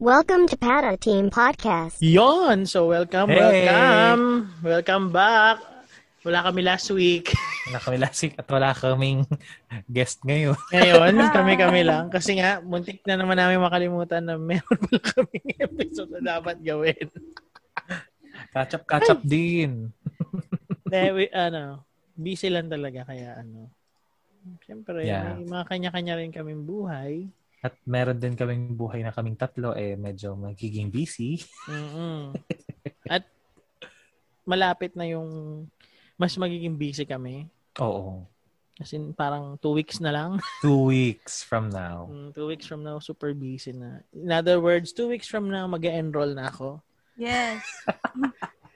Welcome to Pata Team Podcast. Yon! So, welcome, Hey! welcome. Welcome back. Wala kami last week. Wala kami last week at wala kaming guest ngayon. Ngayon, kami-kami lang. Kasi nga, muntik na naman namin makalimutan na meron pala kaming episode na dapat gawin. Catch up, catch up din. Hindi, we- ano, busy lang talaga. Kaya ano, siyempre, Yeah. may mga kanya-kanya rin kaming buhay. At meron din kaming buhay na kaming tatlo eh medyo magiging busy. mm At malapit na yung mas magiging busy kami. Oo. As in, parang two weeks na lang. Two weeks from now. Mm, two weeks from now, super busy na. In other words, two weeks from now, mag enroll na ako. Yes.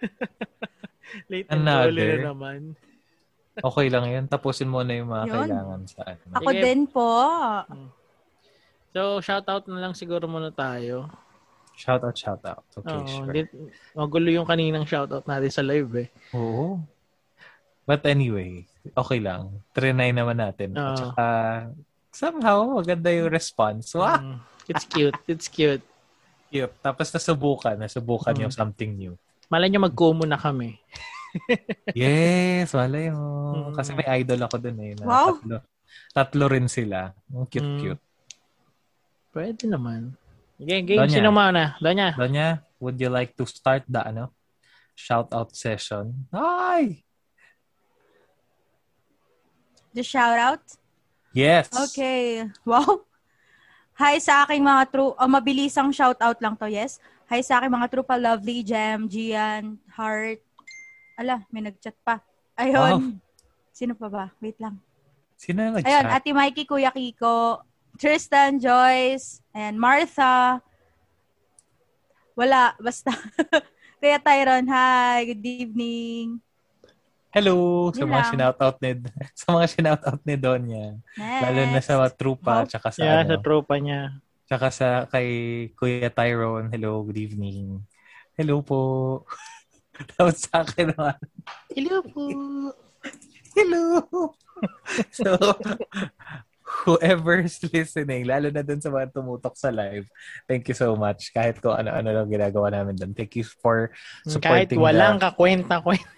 Late Another. enroll na naman. Okay lang yun. Tapusin mo na yung mga Yun. kailangan sa ano. Ako Sige. Mm. din po. So, shoutout na lang siguro muna tayo. Shout out, shout out. Okay, Oo, sure. di- magulo yung kaninang shoutout natin sa live eh. Oo. But anyway, okay lang. Trinay naman natin. Oo. At saka, somehow, maganda yung response. Wow! Mm, it's cute. It's cute. Cute. Tapos nasubukan. Nasubukan Mm. yung something new. Malay nyo mag-como na kami. Yes, wala yun. Mm. Kasi may idol ako dun eh. Na Wow. Tatlo, tatlo rin sila. Ang Mm. cute-cute. Pwede naman. Game, game. Donya. Sino mauna? Donya. Donya, would you like to start the ano? Shout-out session? Ay! The shout out. Yes! Okay. Wow. Hi sa aking mga true, oh, mabilisang shout out lang to, yes. Hi sa aking mga true pa, Lovely, Jem, Gian, Heart. Ala, may nag-chat pa. Oh. Ayun. Sino pa ba? Wait lang. Sino nag Ayun, Ate Mikey, Kuya Kiko, Tristan, Joyce, and Martha. Wala, basta. Kuya Tyron, hi. Good evening. Hello sa mga Yun lang. shout-out ni sa mga shout-out ni Donya. Next. Lalo na sa mga trupa Oh. tsaka sa Yeah, sa ano, tropa niya. tsaka sa kay Kuya Tyrone. Hello, good evening. Hello po. Tapos sa akin naman, Hello po. hello. so, whoever's listening, lalo na dun sa mga tumutok sa live, thank you so much. Kahit ko ano-ano lang ginagawa namin dun. Thank you for Mm, Kahit supporting walang the- kakwenta-kwenta.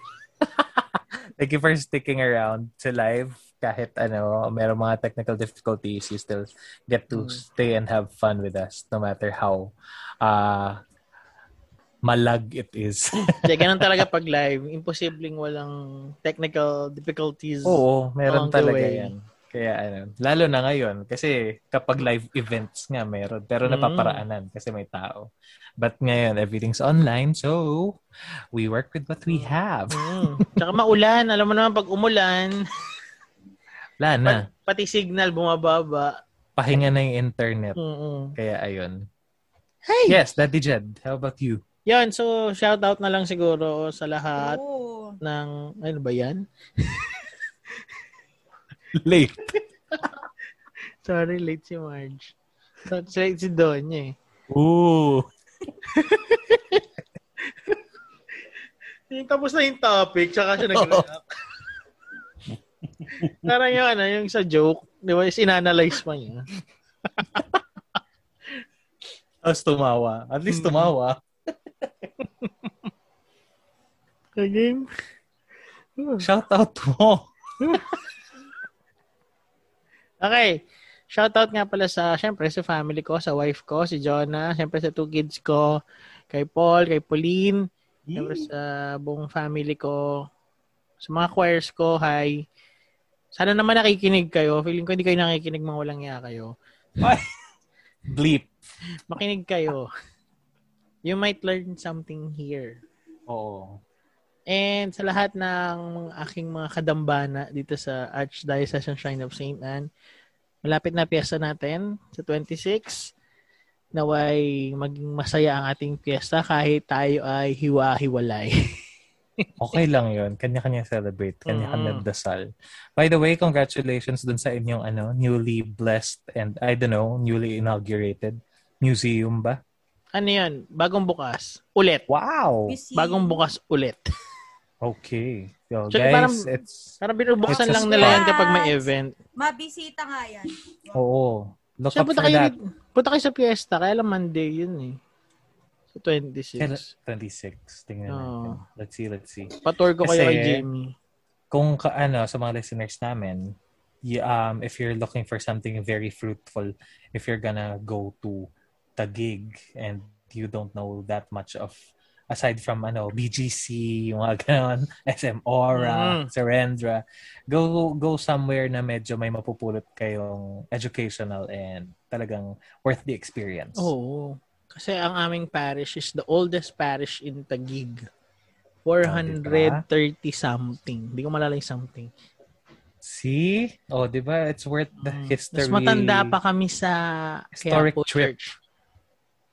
Thank you for sticking around sa live. Kahit ano, merong mga technical difficulties, you still get Mm. to stay and have fun with us no matter how uh, malag it is. Hindi, ganun talaga pag live. Imposibleng walang technical difficulties. Mm-hmm. Oo, Along meron the talaga way. yan. Kaya ano, lalo na ngayon kasi kapag live events nga meron pero Mm. napaparaanan kasi may tao. But ngayon everything's online so we work with what we have. Mm. Tsaka maulan. Alam mo naman, pag umulan, Wala na, pat- pati signal bumababa. pahinga na yung internet. Mm-mm. Kaya ayun. Hey! Yes, Daddy Jed, how about you? Yan, so shout out na lang siguro sa lahat Oo. ng, ano ba yan? Late. Sorry, late si Marge. So, it's late si Donya eh. Ooh. Yung tapos na yung topic, tsaka siya nag-react. Parang yung ano, yung sa joke, di ba, is in-analyze pa niya. Tapos tumawa. At least Mm. tumawa. Sa game. Shout out mo. Okay. Shoutout nga pala sa, syempre, sa family ko, sa wife ko, si Jonah, syempre sa two kids ko, kay Paul, kay Pauline, syempre sa buong family ko, sa mga choirs ko, hi. Sana naman nakikinig kayo. Feeling ko hindi kayo nakikinig mga walang iya kayo. Bleep. Makinig kayo. You might learn something here. Oo. And sa lahat ng aking mga kadambana dito sa Archdiocese and Shrine of St. Anne, malapit na piyesta natin sa 26. Naway maging masaya ang ating piyesta kahit tayo ay hiwa-hiwalay. Okay lang yun. Kanya-kanya celebrate. Kanya-kanya Mm. dasal. By the way, congratulations dun sa inyong ano, newly blessed and I don't know, newly inaugurated museum ba? ano yan? Bagong bukas. Ulit. Wow! You see? Bagong bukas ulit. Okay. So, Tsaka guys, parang- it's... Parang binubuksan It's a lang nila yan surprise. kapag may event. Mabisita nga yan. Oo. Look Siya, up punta for kayo, that. rito, Punta kayo sa fiesta, kaya lang Monday yun eh. So, 26. Kailan- 26. Tingnan Oo. natin. Let's see, let's see. Patour ko kayo Kasi- kay Jamie. Kung ka, ano, sa mga listeners namin, y- um, if you're looking for something very fruitful, if you're gonna go to Tagig and you don't know that much of aside from ano BGC yung mga ganon SM Mm. Aura Surrendra go go somewhere na medyo may mapupulot kayong educational and talagang worth the experience Oo. Kasi ang aming parish is the oldest parish in Taguig. 430 something. Hindi ko malala yung something. See? Oh, di ba? It's worth the Mm. Mas history. matanda pa kami sa Historic Quiapo trip. Church.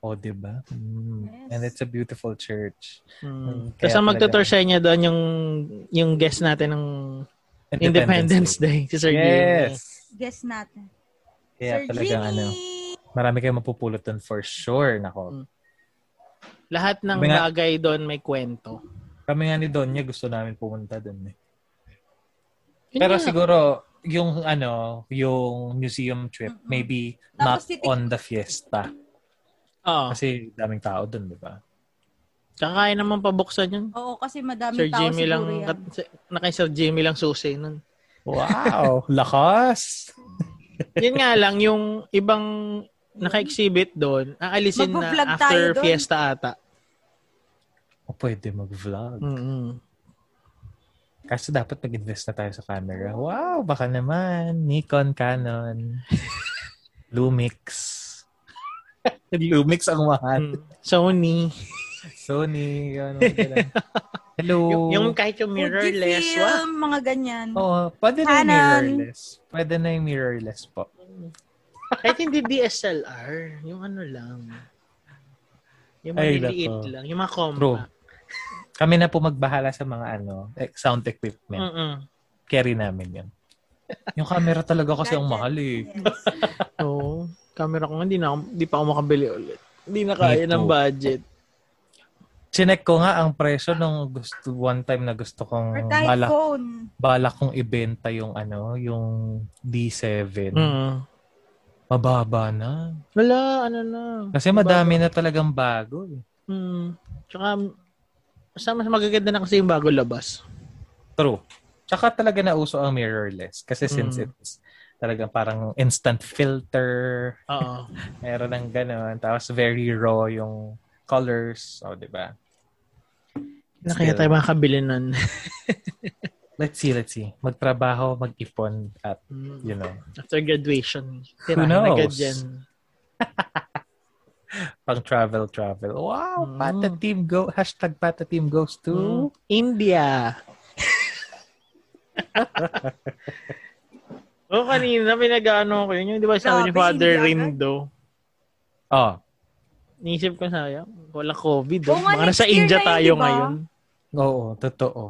Oh, di ba? Mm. Yes. And it's a beautiful church. Mm. Mm, Tapos ang kaya talaga. magtutur sa inyo doon yung yung guest natin ng Independence, Day. Si Sir Yes. Guess natin. Kaya Sir talagang ano, Jimmy! marami kayong mapupulot dun for sure. Mm. Nako. Jimmy. Lahat ng Sabi nga- bagay doon may kwento. Kami nga ni Donya, gusto namin pumunta dun eh. Yun Pero nga. siguro, yung ano, yung museum trip, Mm-mm. maybe not Tapos titik- on the fiesta. Oo. Kasi daming tao dun, di ba? Oh, Tsaka kaya naman pabuksan yun. Oo, kasi madami Sir tao Jimmy siguro lang, yan. kat, na kay Sir Jimmy lang susi nun. Wow! lakas! Yun nga lang, yung ibang naka-exhibit doon, aalisin na Magbo-vlog tayo after doon. fiesta ata. O pwede mag-vlog. Mm-mm. Kaso dapat mag-invest na tayo sa camera. Wow, baka naman. Nikon, Canon, Lumix. Lumix ang mahal. Mm. Sony. Sony, yun. wag ka lang. Hello. Yung, yung kahit yung mirrorless, wa. Fujifilm, mga ganyan. Oo, pwede na yung Canon. mirrorless. Pwede na yung mirrorless po. Kahit hindi DSLR, yung ano lang. Yung Ay, maliliit nako. lang. Yung mga compact. True. Kami na po magbahala sa mga ano, eh, sound equipment. Mm-mm. Carry namin yun. Yung camera talaga kasi ang Gadget. mahal eh. Yes. Oo. camera ko nga, hindi, na, ako- hindi pa ako makabili ulit. Hindi na Me kaya ng too. budget. Chinek ko nga ang presyo nung gusto, one time na gusto Or kong kahit malak phone. bala kong ibenta yung ano, yung D7. Mm. Mababa na. Wala, ano na. Kasi madami na talagang bago. eh. Mm. Tsaka, basta mas magaganda na kasi yung bago labas. True. Tsaka talaga nauso ang mirrorless. Kasi since Mm. it's talagang parang instant filter, Oo. meron ng ganun. Tapos very raw yung colors. O, di ba? Na kaya tayo Still, makakabili nun. Let's see, let's see. Magtrabaho, mag-ipon, at, Mm. you know, After graduation. Who knows? na agad yan. pang-travel, travel. Wow! Mm. Pata team go, hashtag pata team goes to... Mm. India. Oo, Oh, kanina pinag-ano ko yun. Yung di ba sabi ni Grabe, Father India Rindo, Oh, niisip ko sayang, walang COVID. Oo Oh, nga, Baka nasa next year India na yun, tayo di ba? ngayon. oo, totoo.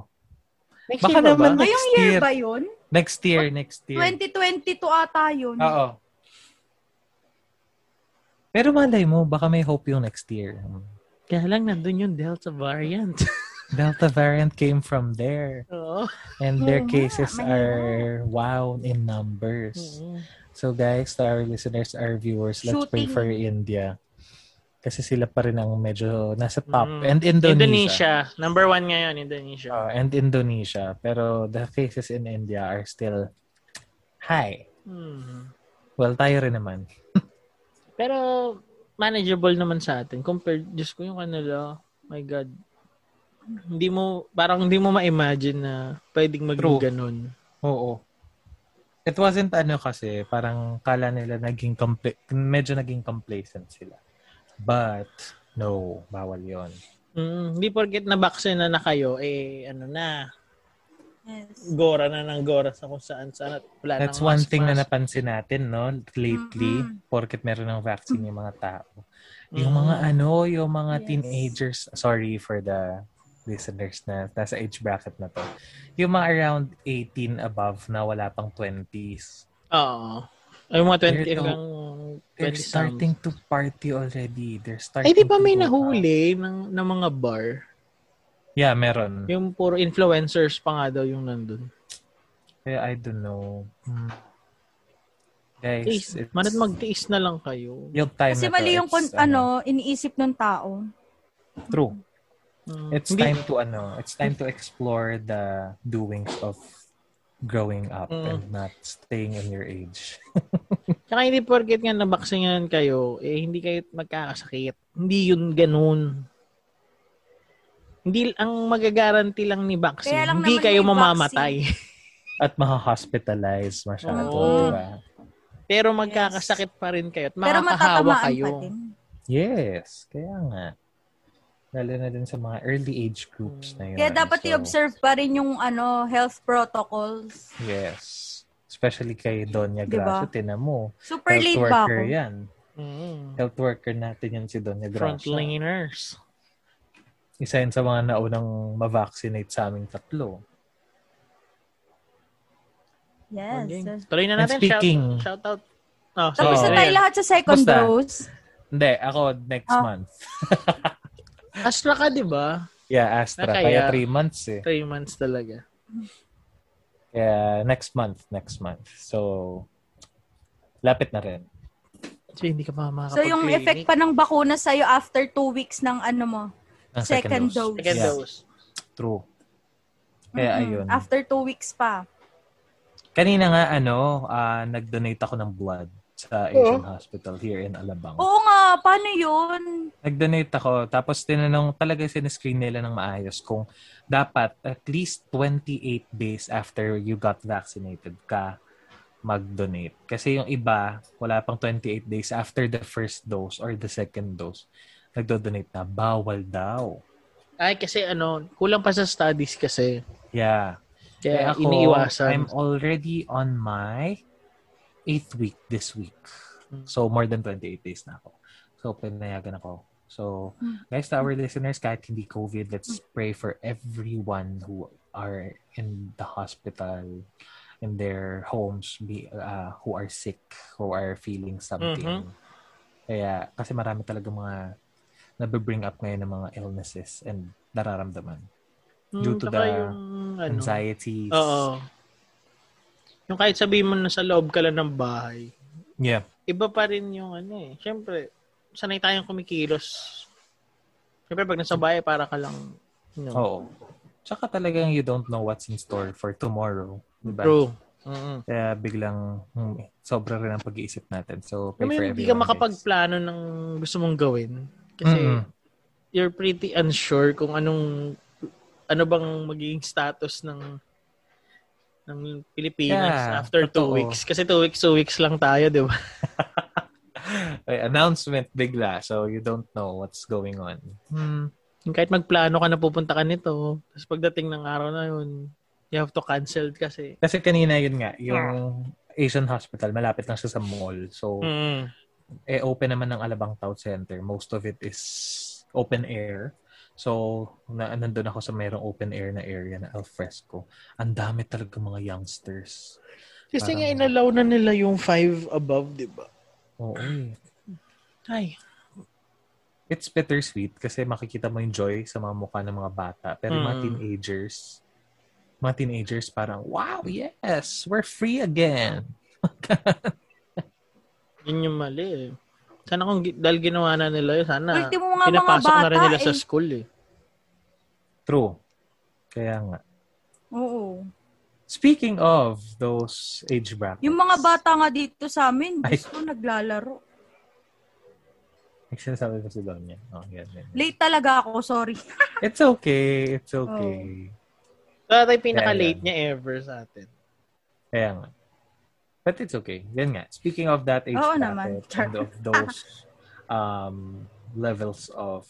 Next Baka year pa naman ba? Ngayong Next year year. ba yun? Next year, next year. 2022 ata yun. Oo. Pero malay mo, baka may hope yung next year. Hmm. Kaya lang nandun yung Delta variant. Delta variant came from there. Oo. And their Oo nga, cases mahirap. are wow in numbers. Mm-hmm. So guys, to our listeners, our viewers, let's pray Shooting. for India. Kasi sila pa rin ang medyo nasa top. Mm. And Indonesia. Indonesia. Number one ngayon, Indonesia. Ah, and Indonesia. Pero the cases in India are still high. Mhm. Well, tayo rin naman. Pero manageable naman sa atin compared just ko yung kanila. My god. Hindi mo parang hindi mo ma-imagine na pwedeng maging True. ganun. Oo. It wasn't ano kasi, parang kala nila naging, compla- medyo naging complacent sila. But, no, bawal yon Mm, hindi porket na vaccine na na kayo eh ano na Yes. gora na ng gora sa kung saan saan at wala That's nang one mask, thing na mask. napansin natin, no, lately, Mm-mm. porket meron ng vaccine yung mga tao. Mm. Yung mga ano, yung mga Yes. teenagers, sorry for the listeners na nasa age bracket na to. Yung mga around 18 above na wala pang 20s. Oo. Ay mga 20 They're no- hanggang They're 20 -some. starting to party already. They're starting Ay di ba may to go out. nahuli ng, ng mga bar? Yeah, meron. Yung puro influencers pa nga daw yung nandun. Kaya I don't know. Hmm. Guys, Tiis. it's- Manat magtiis na lang kayo. yung time Kasi na to, mali yung, it's, ano, kon- ano, iniisip ng tao. True. Mm. It's Hindi- time to ano, it's time to explore the doings of growing up Mm. and not staying in your age. Tsaka hindi porket nga nabaksinan kayo, eh hindi kayo magkakasakit. Hindi yun ganun. Hindi, ang magagaranti lang ni vaccine, Kaya lang hindi naman kayo may mamamatay. At maha-hospitalize masyado, Oo. diba? Pero magkakasakit pa rin kayo at Pero makakahawa matatamaan kayo. pa din. Yes, kaya nga. Lalo na din sa mga early age groups na yun. Kaya dapat So, i-observe pa rin yung ano, health protocols. Yes. Especially kay Doña Diba? Gracia, tinan mo. Super late health ba worker ako? yan. Mm. Health worker natin yan si Doña Gracia. Frontliners. Isa yun sa mga naunang ma-vaccinate sa aming tatlo. Yes. Okay. Tuloy na And natin. speaking. Shout, shout out. Oh, Tapos Oo. na tayo lahat sa second Basta. dose. Hindi, ako next Ah. month. Astra ka, di ba? Yeah, Astra. Nakaya- Kaya three months eh. Three months talaga. Kaya next month, next month. So, lapit na rin. So, hindi ka pa makakapag So yung effect pa ng bakuna sa'yo after two weeks ng ano mo, Ang second, dose. Second Yeah. dose. True. Kaya Mm-mm. ayun. After two weeks pa. Kanina nga, ano, ah, nag-donate ako ng blood sa Asian Hospital here in Alabang. Oo nga, paano yun? Nag-donate ako. Tapos tinanong talaga siniscreen nila ng maayos kung dapat at least 28 days after you got vaccinated ka mag-donate. Kasi yung iba, wala pang 28 days after the first dose or the second dose, nagdo-donate na. Bawal daw. Ay, kasi ano, kulang pa sa studies kasi. Yeah. Kaya ako, iniiwasan. I'm already on my eighth week this week. Mm. So, more than 28 days na ako. So, pinayagan ako. So, Hmm. Mm. guys, to our listeners, kahit hindi COVID, let's pray for everyone who are in the hospital, in their homes, be, uh, who are sick, who are feeling something. Mhm. Kaya, kasi marami talaga mga nabibring up ngayon ng mga illnesses and nararamdaman. due to Hmm, tsaka the ano, Anxieties. Oo. Yung kahit sabihin mo na sa loob ka lang ng bahay, Yeah. iba pa rin yung ano eh. Siyempre, sanay tayong kumikilos. Siyempre, pag nasa bahay, para ka lang, you know, Oo. Tsaka talagang you don't know what's in store for tomorrow. Diba? true. Mm-mm. Kaya biglang hmm, sobra rin ang pag-iisip natin. So, pray Alam mo yung for everyone. hindi ka guys. makapagplano ng gusto mong gawin. Kasi, Mm-mm. you're pretty unsure kung anong, ano bang magiging status ng ng Pilipinas Yeah, after two totoo. weeks. Kasi two weeks, two weeks lang tayo, di ba? Ay, announcement bigla. So, you don't know what's going on. Hmm. Yung Kahit magplano ka na pupunta ka nito, tapos pagdating ng araw na yun, you have to cancel kasi. Kasi kanina yun nga, yung Asian Hospital, malapit lang siya sa mall. So, Mm. eh, open naman ng Alabang Town Center. Most of it is open air. So, na, nandun ako sa mayroong open air na area na alfresco. Ang dami talaga mga youngsters. Kasi Parang- nga inalaw na nila yung 5 above, di ba? Oo eh. Ay. It's bittersweet kasi makikita mo yung joy sa mga mukha ng mga bata. Pero yung mga Mm. teenagers, mga teenagers parang, wow, yes, we're free again. Yun yung mali eh. Sana kung gi- dahil ginawa na nila yun, sana Ultimo nga mga pinapasok na rin bata nila sa eh. school eh. True. Kaya nga. Oo. Speaking of those age brackets. Yung mga bata nga dito sa amin, Ay. gusto naglalaro. Ay, sinasabi ko si Donya. Oh, yan, yan. Late talaga ako, sorry. It's okay. It's Oh. okay. Sa tayo pinaka-late Kaya niya ever sa atin. Kaya nga. But it's okay. Yan nga. Speaking of that age Oo bracket naman. and of those um, levels of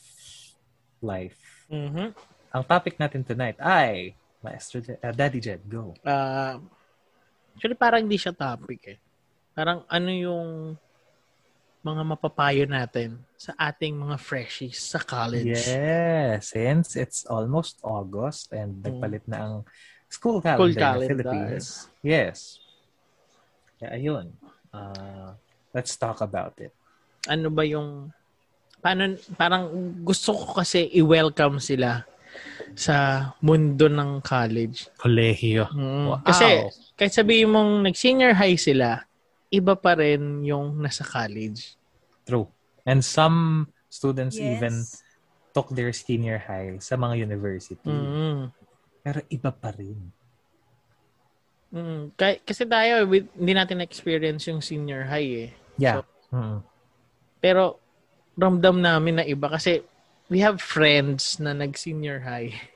life, Mm-hmm. Ang topic natin tonight ay Maestro Je- uh, Daddy Jed, go. Ah, actually, parang hindi siya topic eh. Parang ano yung mga mapapayo natin sa ating mga freshies sa college. Yes, since it's almost August and nagpalit na ang school Mm. calendar, School ng calendar. Philippines. Yes. Kaya ayun. Uh, let's talk about it. Ano ba yung paano parang gusto ko kasi i-welcome sila sa mundo ng college. Kolehiyo. Mm. Wow. Kasi kahit sabihin mong nag-senior high sila, iba pa rin yung nasa college. True. And some students Yes. even took their senior high sa mga university. Mm. Pero iba pa rin. Mm. Kay- Kasi tayo, with, hindi natin na-experience yung senior high eh. Yeah. Mm. Pero ramdam namin na iba kasi we have friends na nag-senior high.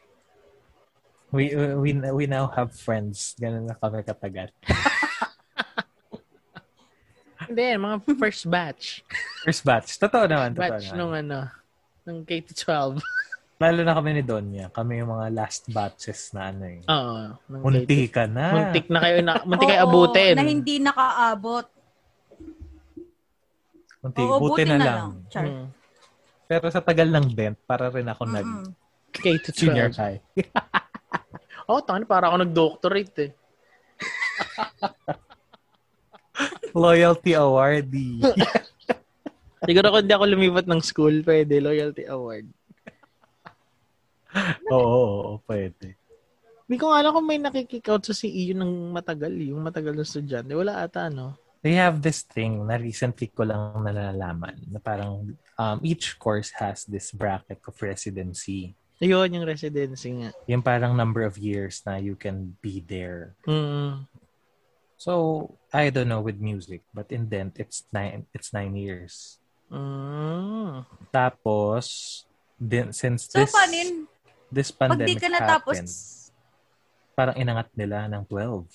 We, uh, we we now have friends. Ganun na kami katagal. Hindi, mga first batch. First batch. Totoo naman. Totoo batch naman. nung ano, nung K-12. Lalo na kami ni Donya. Kami yung mga last batches na ano eh. Oo. nung K- Munti ka na. Muntik na kayo, na, muntik kayo Oo, abutin. Na hindi nakaabot. Munti. Oo, buti na, lang. Char. Mm. Pero sa tagal ng dent, para rin ako nag Mm-mm. junior K-12. high. Oo, oh, tangan, para ako nag-doctorate eh. Loyalty award. Siguro kung di ako lumipat ng school, pwede, loyalty award. oo, oo, oo, pwede. Hindi ko nga alam kung may nakikick out sa CEU ng matagal, eh. yung matagal na estudyante. Wala ata, no? They have this thing na recently ko lang nalalaman na parang um, each course has this bracket of residency. Ayun, yung residency nga. Yung parang number of years na you can be there. Mm. So, I don't know with music, but in dent, it's nine, it's nine years. Mm. Tapos, din, since So, this, paano yun? this Pag pandemic di ka natapos, happened, parang inangat nila ng 12.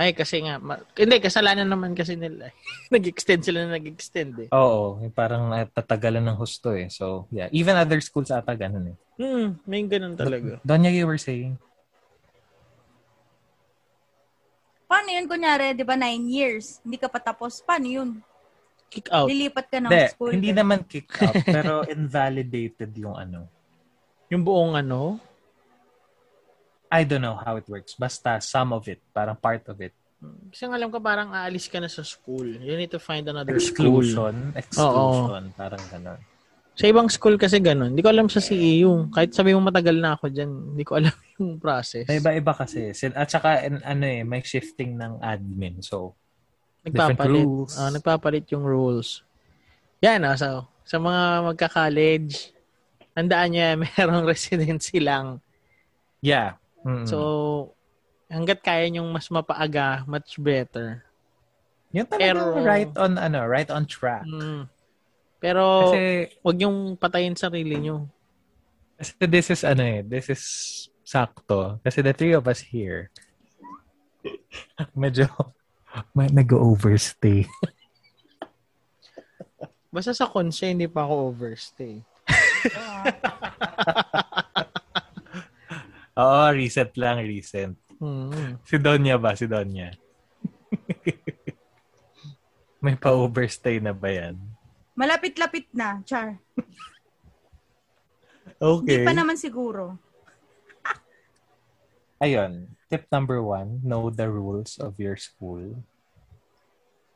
Ay, kasi nga, ma- hindi, kasalanan naman kasi nila. eh. nag-extend sila na nag-extend eh. Oo, yung parang natatagalan ng husto eh. So, yeah. Even other schools ata ganun eh. Hmm, may ganun talaga. Donya, you were saying? paano yun? Kunyari, di ba, nine years, hindi ka pa tapos, paano yun? Kick out. Lilipat ka ng Oh, Hindi, school. hindi naman kick out, pero invalidated yung ano. Yung buong ano, I don't know how it works. Basta some of it, parang part of it. kasi ang alam ko parang aalis ka na sa school. You need to find another school. Exclusion. Exclusion. Parang ganun. Sa ibang school kasi ganun. Hindi ko alam sa CEU. Kahit sabi mo matagal na ako dyan, hindi ko alam yung process. May iba-iba kasi. Sin- At saka, an- ano eh, may shifting ng admin. So, Nagpapalit. Different rules. Ah, nagpapalit yung rules. Yan, ah, so, sa mga magka-college, tandaan niya, merong residency lang. yeah. Mm-mm. So, hanggat kaya niyong mas mapaaga, much better. yun pero- talaga right on, ano, right on track. Mm. Pero, Kasi, wag niyong patayin sarili niyo. Kasi this is ano eh, this is sakto. Kasi the three of us here, medyo may nag-overstay. Basta sa konse, hindi pa ako overstay. Oo, recent lang, recent. Mm. Si Donya ba? Si Donya. may pa-overstay na ba yan? Malapit-lapit na, Char. Hindi Okay. pa naman siguro. Ayun, tip number one, know the rules of your school.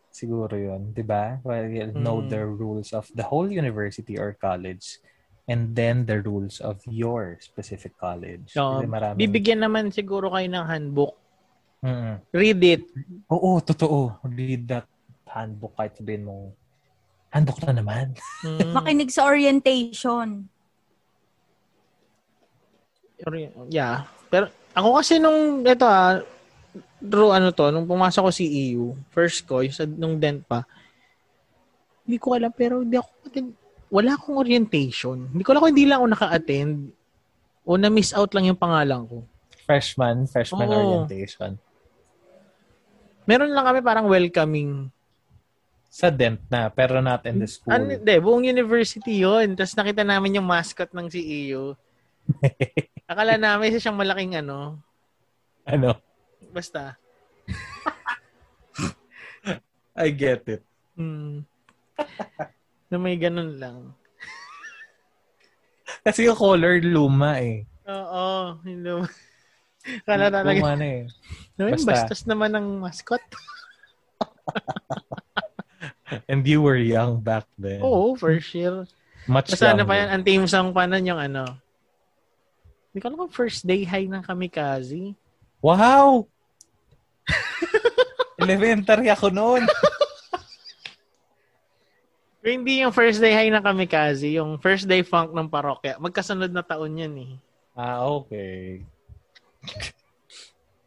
Siguro yun, di ba? Well, you know Mm. the rules of the whole university or college and then the rules of your specific college. So, Kasi maraming- bibigyan naman siguro kayo ng handbook. Mm. Read it. Oo, totoo. Read that handbook kahit sabihin mong handbook na naman. Mm. Makinig sa orientation. Or- Yeah. Pero ako kasi nung ito ah Drew, ano to, nung pumasok ko si EU, first ko, yung sa, nung dent pa, hindi ko alam, pero hindi ako, atin- wala akong orientation. Hindi ko alam kung hindi lang ako naka-attend o na-miss out lang yung pangalan ko. Freshman, freshman Oo. orientation. Meron lang kami parang welcoming. Sa dent na, pero not in the school. Ano, de, buong university yon Tapos nakita namin yung mascot ng si EU. Akala namin isa siyang malaking ano, ano? basta. I get it. Mm, na may ganun lang. Kasi yung color luma eh. Oo, hello. Kala talaga. Luma na eh. Naman, basta. bastos naman ng mascot. And you were young back then. Oo, for sure. Much Basta ano younger. pa yan, ang team song pa nun yung ano. Hindi ko alam kung first day high ng kamikaze. Wow! Elementary ako noon. Pero hindi yung first day high na kamikaze, yung first day funk ng parokya. Magkasunod na taon yan eh. Ah, okay.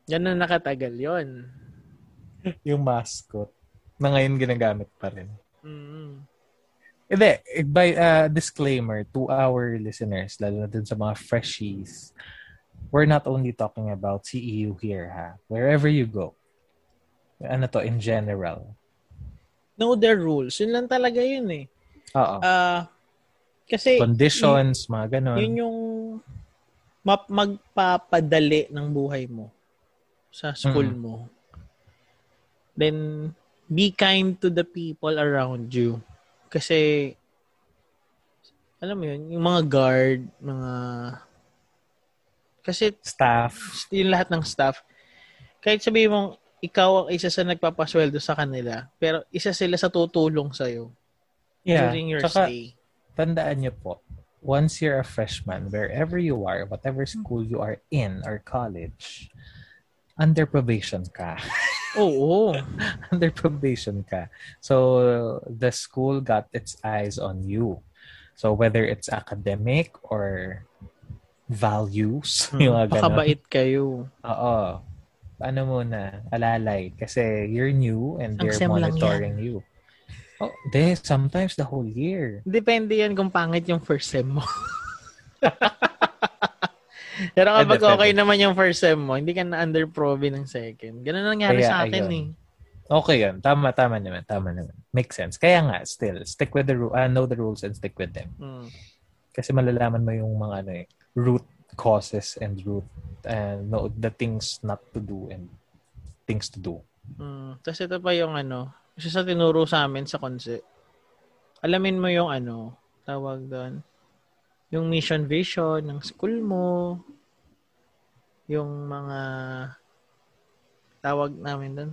Ganun nakatagal yon. Yung mascot na ngayon ginagamit pa rin. Mm. Hindi, eh, by uh, disclaimer to our listeners, lalo na dun sa mga freshies, we're not only talking about CEU here, ha? Wherever you go. Ano to, in general. Know their rules. Yun lang talaga yun eh. Oo. Ah, kasi Conditions, mga ganun. yun yung map- magpapadali ng buhay mo sa school Mm. mo. Then, be kind to the people around you. Kasi, alam mo yun, yung mga guard, mga... Kasi Staff. yung lahat ng staff, kahit sabihin mong ikaw ang isa sa nagpapasweldo sa kanila, pero isa sila sa tutulong sa'yo Yeah. during your Tsaka, stay. tandaan niyo po, once you're a freshman, wherever you are, whatever school you are in or college, under probation ka. Oo. under probation ka. So the school got its eyes on you. So whether it's academic or values, yung mga ganun. Hmm, Pakabait kayo. Oo. Ano muna, alalay. Kasi you're new and Ang they're sem lang monitoring you. Oh, de, sometimes the whole year. Depende yan kung pangit yung first sem mo. Pero kapag Eh, Depende. okay naman yung first sem mo, hindi ka na under probe ng second. Ganun ang nangyari Kaya, sa akin ayun. eh. Okay yun. Tama, tama naman. Tama naman. Makes sense. Kaya nga, still, stick with the ru- ah, know the rules and stick with them. Mm. Kasi malalaman mo yung mga ano eh, root causes and root and no, the things not to do and things to do. Mm. Tapos ito pa yung ano, isa sa tinuro sa amin sa konse. Alamin mo yung ano, tawag doon, yung mission vision ng school mo, yung mga tawag namin doon.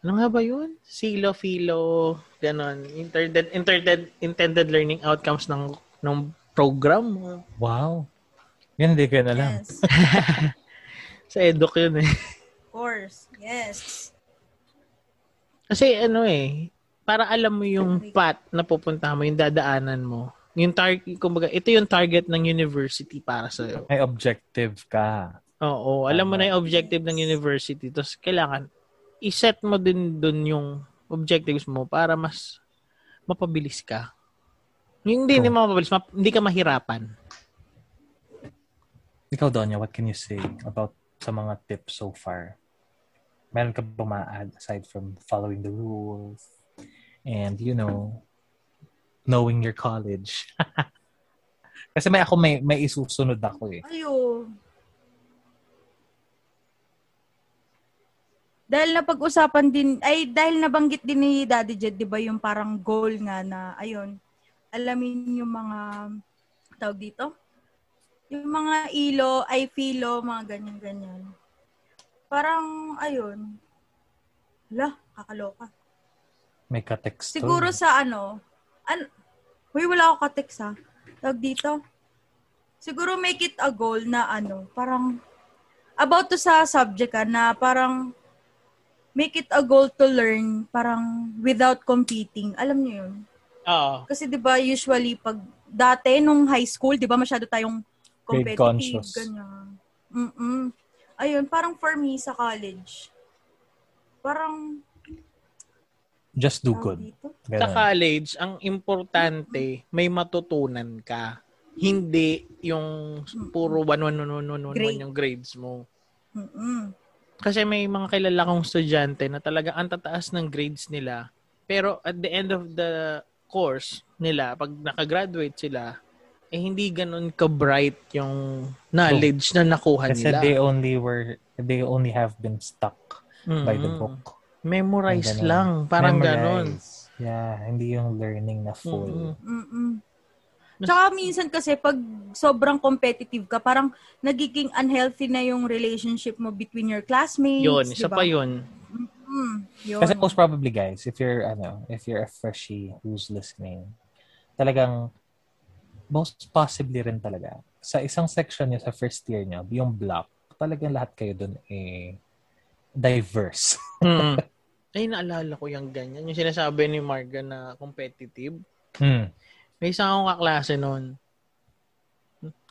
Ano nga ba yun? Silo, filo, ganon. Intended, intended, intended learning outcomes ng ng program mo. Wow. Yan, hindi ko yun alam. Yes. Sa eduk yun eh. Of course. Yes. Kasi ano eh, para alam mo yung path na pupuntahan mo, yung dadaanan mo. Yung target, kumbaga, ito yung target ng university para sa iyo. May objective ka. Oo, alam mo na yung objective ng university. Tapos kailangan i-set mo din dun yung objectives mo para mas mapabilis ka. Hindi, hindi mapabilis. map- hindi ka mahirapan. Ikaw, Donya, what can you say about sa mga tips so far? Meron ka ba ma-add aside from following the rules and, you know, knowing your college? Kasi may ako, may, may isusunod ako eh. Ayo. Dahil napag-usapan din, ay dahil nabanggit din ni Daddy Jed, di ba yung parang goal nga na, ayun, alamin yung mga, tawag dito, yung mga ilo, ay filo, mga ganyan-ganyan. Parang, ayun, hala, kakaloka. May ka-text to. Siguro sa ano, an Uy, wala ako ka-text ha. Tawag dito. Siguro make it a goal na ano, parang about to sa subject ha, na parang make it a goal to learn parang without competing. Alam niyo yun? Oo. Kasi 'di ba usually pag dati nung high school, 'di ba masyado tayong Grade competitive conscious. ganyan. Mm. Ayun, parang for me sa college. Parang Just do tawag good. dito. Sa Ganun. college, ang importante, may matutunan ka. Hindi yung puro 1-1-1-1-1 Grade. yung grades mo. Mm. kasi may mga kilala kong estudyante na talaga ang tataas ng grades nila. Pero at the end of the course nila, pag nakagraduate sila, eh hindi ganun ka-bright yung knowledge na nakuha Kasi nila. they only were, they only have been stuck by the Mm. book. Memorize Ganun. lang. Parang ganun. Memorize. Yeah, hindi yung learning na full. Mm-mm. Mm-mm. Tsaka minsan kasi pag sobrang competitive ka, parang nagiging unhealthy na yung relationship mo between your classmates. Yun, isa diba? pa yun. Mm, yun. Kasi most probably guys, if you're ano, if you're a freshie who's listening, talagang most possibly rin talaga sa isang section niya sa first year niya, yung block, talagang lahat kayo doon eh diverse. Mm. Ay, naalala ko yung ganyan. Yung sinasabi ni Marga na competitive. Hmm. May isang akong kaklase noon.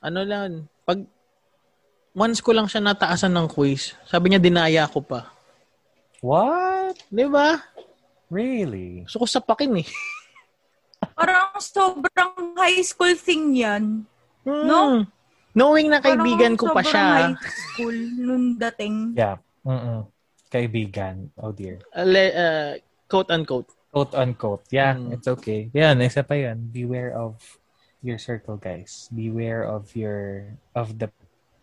Ano lang, pag once ko lang siya nataasan ng quiz, sabi niya dinaya ko pa. What? Di ba? Really? Gusto ko sapakin eh. Parang sobrang high school thing yan. Hmm. No? Knowing na Parang kaibigan ko pa sobrang siya, high school nung dating. Yeah. Mm-mm. Kaibigan. Oh dear. ale- uh, quote-unquote. Quote unquote. Yeah, Mm. it's okay. Yan, isa pa yan. Beware of your circle, guys. Beware of your, of the,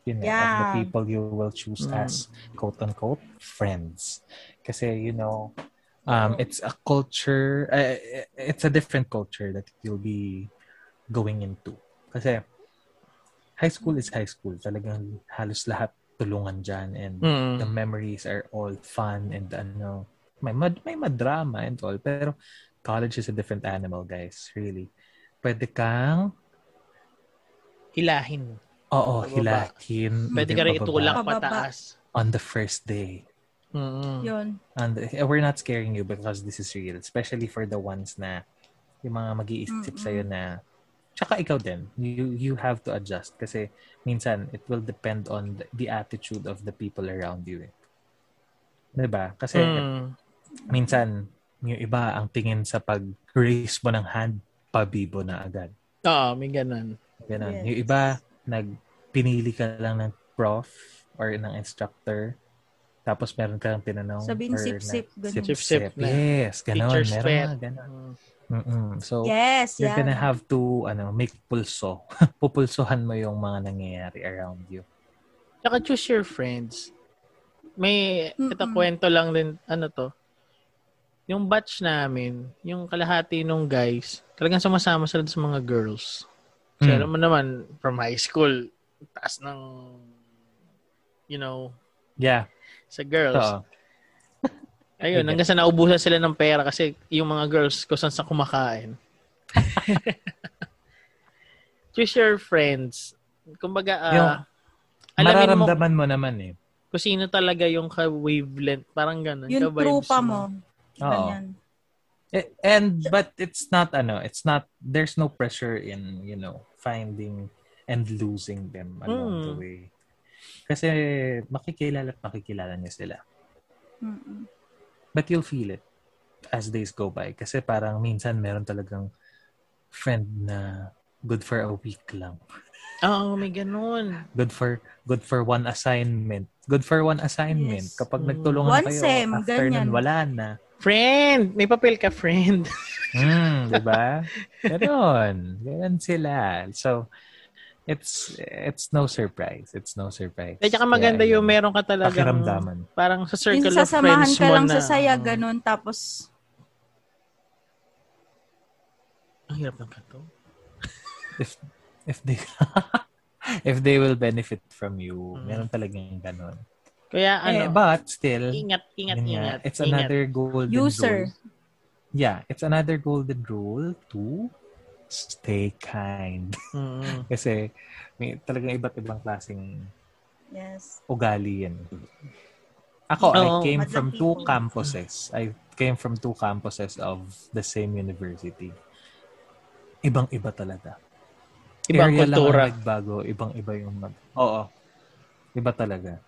you know, of the Yeah. people you will choose Mm. as quote unquote friends. Kasi, you know, um, it's a culture, uh, it's a different culture that you'll be going into. Kasi, high school is high school. Talagang halos lahat tulungan dyan and Mm. the memories are all fun and ano may mad may madrama and all pero college is a different animal guys really pwede kang Hilahin. oo Pababa. hilahin Pwede ka rin pababa itulak Pababa. pataas. on the first day Mm. Yun. and eh, we're not scaring you because this is real especially for the ones na yung mga mag-iisip Mm-mm. sa'yo na tsaka ikaw din you you have to adjust kasi minsan it will depend on the, the attitude of the people around you eh. 'Di ba kasi Mm. minsan, yung iba ang tingin sa pag-raise mo ng hand, pabibo na agad. Oo, may ganun. Ganun. Yes. Yung iba, nagpinili ka lang ng prof or ng instructor, tapos meron ka lang tinanong. Sabihin, or sip-sip, na- ganun. Sip-sip Sip-sip. na. Yes, ganun. Teacher's meron pet. mga ganun. Mm. Mm-mm. So, Yes, you're yeah. gonna have to ano, make pulso. Pupulsohan mo yung mga nangyayari around you. Tsaka choose your friends. May, ito Mm-mm. kwento lang din, ano to, yung batch namin, yung kalahati nung guys, talagang sumasama sila sa mga girls. So, alam Mm. mo naman, from high school, taas ng, you know, Yeah. sa girls. So, Ayun, Okay. hanggang sa naubusan sila ng pera kasi yung mga girls kung saan sa kumakain. Choose your friends. Kumbaga, ah, Yung alamin mo mararamdaman mo naman eh. kung sino talaga yung ka-wavelength. Parang ganun. Yung ka-vibes trupa mo. Oo. Ganyan. Eh, And but it's not ano, it's not there's no pressure in, you know, finding and losing them along the Hmm. Mm. way. Kasi makikilala at makikilala niyo sila. Mm-mm. But you'll feel it as days go by. Kasi parang minsan meron talagang friend na good for a week lang. Oo, may ganun. Good for good for one assignment. Good for one assignment. Yes. Hmm. Mm. Kapag nagtulungan One kayo, sem, after ganyan. nun, wala na. Friend! May papel ka, friend. Mm, 'di ba? Ganon. Ganon sila. So it's it's no surprise. It's no surprise. At saka maganda Kaya, yung meron ka talagang pakiramdaman. parang sa circle of Yung sasamahan friends ka mo lang na. ah, sa saya, ganun. Tapos, Ang hirap ng kanto. If if they if they will benefit from you, Mm. meron talagang ganon. Kaya ano, Eh, but still, ingat, ingat, yun ingat. nga, it's ingat. another golden user. rule. Yeah, it's another golden rule to stay kind. Mm. Kasi may talagang iba't ibang klaseng Yes. ugali yan. Ako, I Oo. came from two Madlang people. campuses. I came from two campuses of the same university. Ibang-iba talaga. Ibang Area lang ang kultura. nagbago, ibang-iba yung nag... Oo. Iba talaga.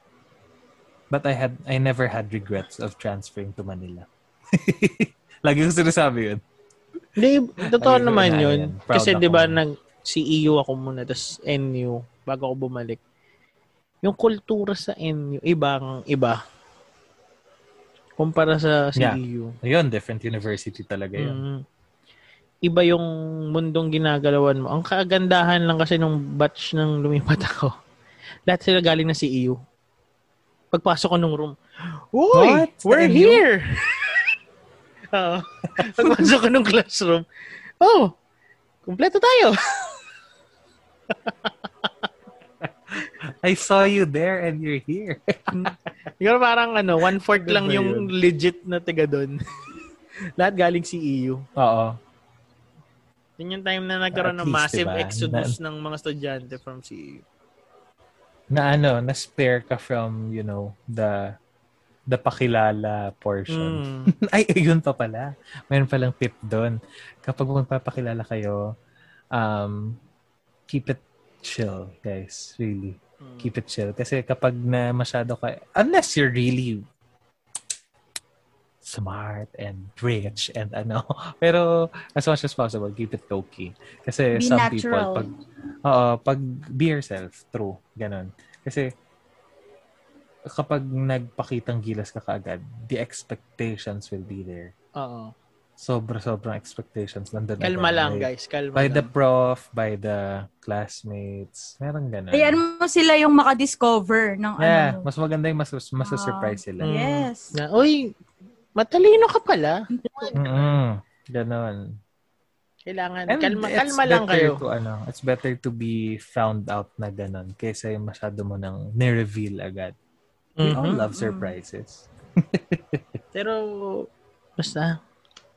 But I had I never had regrets of transferring to Manila. Lagi ko sinasabi yun. Di, totoo Ayun, naman yun, yun. yun. Proud Kasi ako di ba nag nun. CEU ako muna tapos NU bago ako bumalik. Yung kultura sa NU ibang iba kumpara sa E Yeah. CEU. Yun, different university talaga yun. Mm. Iba yung mundong ginagalawan mo. Ang kagandahan lang kasi nung batch ng lumipat ako. Lahat sila galing na CEU. Pagpasok ko nung room, Uy! What? Sa We're NU? here! Oo. Pagpasok ko nung classroom, Oh! Kumpleto tayo! I saw you there and you're here. Siguro parang ano, one-fourth Ano lang ba yung legit na taga doon. Lahat galing si EU. Oo. Yun yung time na nagkaroon At ng least, massive diba? exodus ng mga estudyante from E CEU. na ano, na spare ka from, you know, the the pakilala Mm. portion. Ay, yun pa pala. Mayroon palang tip doon. Kapag magpapakilala kayo, um, keep it chill, guys. Really. Hmm. Keep it chill. Kasi kapag na masyado ka, unless you're really smart and rich and ano. Pero as much as possible, keep it low-key. Kasi Be some natural. people, pag, oo, pag be yourself, true, ganun. Kasi kapag nagpakitang gilas ka kaagad, the expectations will be there. Oo. Sobra-sobrang expectations. Nandun Kalma agad. lang, Like, guys. Kalma By the lang. prof, by the classmates. Meron ganun. Ayan mo sila yung makadiscover ng Yeah, ano. Ah, mas maganda yung mas, mas surprise sila. Mm. Yes. Na, Uy, matalino ka pala. Mm-mm. Ganon. Kailangan, And Ano, kalma, it's kalma lang better kayo. To, ano, it's better to be found out na ganon kaysa yung masyado mo nang nireveal agad. We all Mm-hmm. Mhm. love surprises. Pero, basta,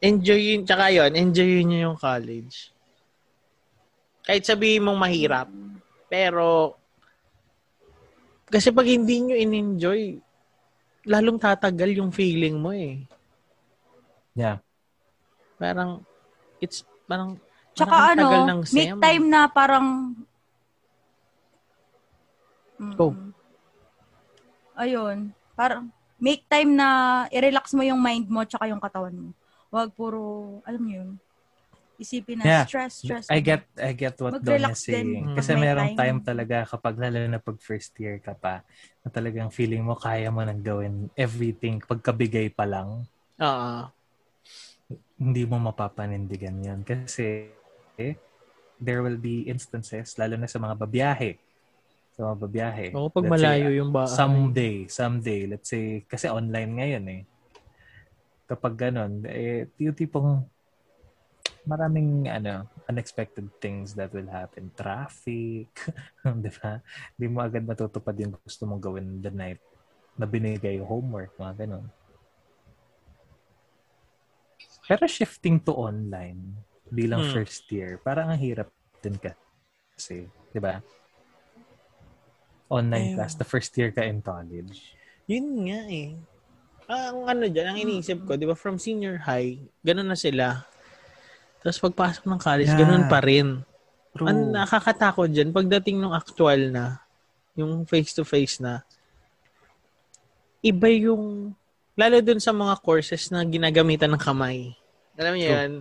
enjoy yun. Tsaka yun, enjoy yun yung college. Kahit sabihin mong mahirap, pero, kasi pag hindi nyo in-enjoy, lalong tatagal yung feeling mo eh. Yeah. Parang, it's, parang, Tsaka parang tagal ng ano, SEM. make time na parang... Mm. Go. Ayun. Parang make time na i-relax mo yung mind mo tsaka yung katawan mo. Huwag puro, alam mo yun, isipin na Yeah. stress, stress. I get I get what Don is Mag-relax Mm-hmm. saying. din. Kasi May merong time time. talaga kapag lalo na pag first year ka pa na talagang feeling mo kaya mo nang gawin everything pagkabigay pa lang. oo. hindi mo mapapanindigan yan. Kasi eh, there will be instances, lalo na sa mga babiyahe. Sa mga babiyahe. Oo, pag Let's malayo say, yung bahay. Someday, someday. Let's say, kasi online ngayon eh. Kapag ganun, eh, yung tipong maraming ano, unexpected things that will happen. Traffic, di ba? Hindi mo agad matutupad yung gusto mong gawin the night na binigay yung homework, mga ganun. Pero shifting to online bilang Hmm. first year, parang ang hirap din ka. Kasi, di ba? Online Ayun. class, the first year ka in college. Yun nga eh. Ah, ang ano dyan, ang iniisip ko, di ba from senior high, ganun na sila. Tapos pagpasok ng college, Yeah. ganun pa rin. True. Ang nakakatakot dyan, pagdating ng actual na, yung face-to-face na, iba yung, lalo dun sa mga courses na ginagamitan ng kamay. Alam niyo True. yan?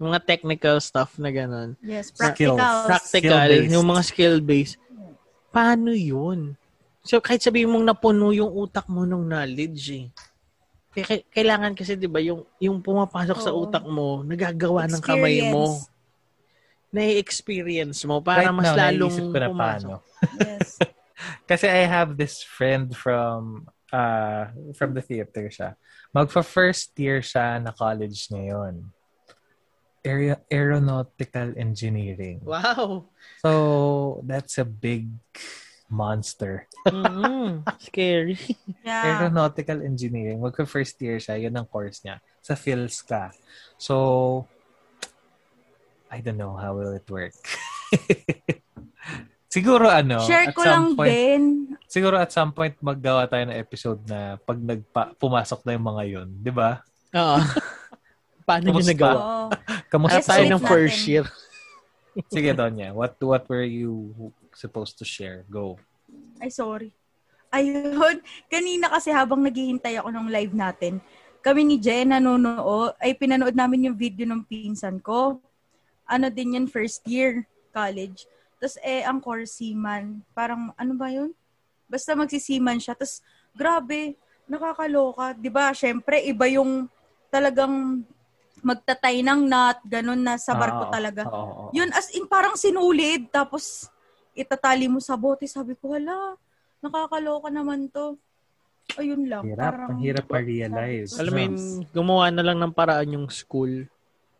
Yung mga technical stuff na ganun. Yes, Skills. practical. Practical, Skill-based. yung mga skill-based. Paano yun? So, kahit sabihin mong napuno yung utak mo ng knowledge eh. Kaya- kaya- Kailangan kasi, di ba, yung, yung pumapasok sa Oo. utak mo, nagagawa ng kamay mo Experience. na-experience mo para mas lalong naiisip ko na pumasok. Yes. Kasi I have this friend from uh, from the theater siya. Magpa first year siya na college ngayon. Aer- aeronautical engineering. Wow. So, that's a big monster. mm Scary. Yeah. Aeronautical engineering. Magka first year siya. Yun ang course niya. Sa Phils ka. So, I don't know how will it work. Siguro ano, Share at ko some lang point, din. siguro at some point maggawa tayo ng episode na pag nagpa, pumasok na yung mga yun, di ba? Oo. Paano nyo Kamusta? nagawa? oh. Oo. Kamusta Yes, At tayo ulit tayo? ng first natin. year. Sige, Donya, what, what were you supposed to share? Go. Ay, sorry. Ayun, kanina kasi habang naghihintay ako ng live natin, kami ni Jen nanonood, ay pinanood namin yung video ng pinsan ko. Ano din yan, first year college. Tapos eh, ang course seaman. Parang ano ba yun? Basta magsisiman siya. Tapos grabe, nakakaloka. 'Di ba Siyempre, iba yung talagang magtatay ng knot, ganun na sa barko Ah, Ah, Oo, talaga. oo, oo. Yun, as in, parang sinulid. Tapos, itatali mo sa bote. Sabi ko, hala, nakakaloka naman to. Ayun lang. Hirap, parang, ang hirap ma-realize. Alam mo yun, gumawa na lang ng paraan yung school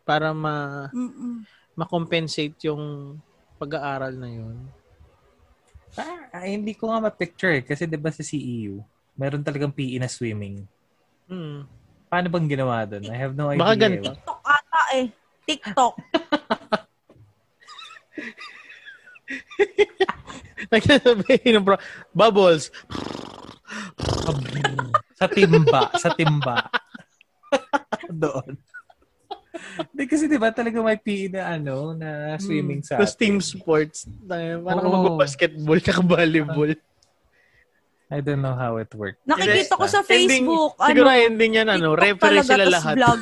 para ma Mm-mm. makompensate yung pag-aaral na yun. Ah, ah, hindi ko nga ma-picture eh. Kasi 'di ba sa CEU, meron talagang PE na swimming. Mm. Paano bang ginawa doon? I have no idea. Baka ganito. eh. TikTok ata eh. TikTok. Nagsasabihin ng pro, bubbles. Sa timba. sa timba. Doon. Di kasi di ba talaga may PE na ano, Hmm. na swimming sa Tapos team sports. Tayo, Parang Oo. mag-basketball tsaka volleyball. I don't know how it worked. Nakikita ko sa Ending- Facebook. siguro ano, ending yan, ano, TikTok referee talaga, sila tas lahat. Vlog.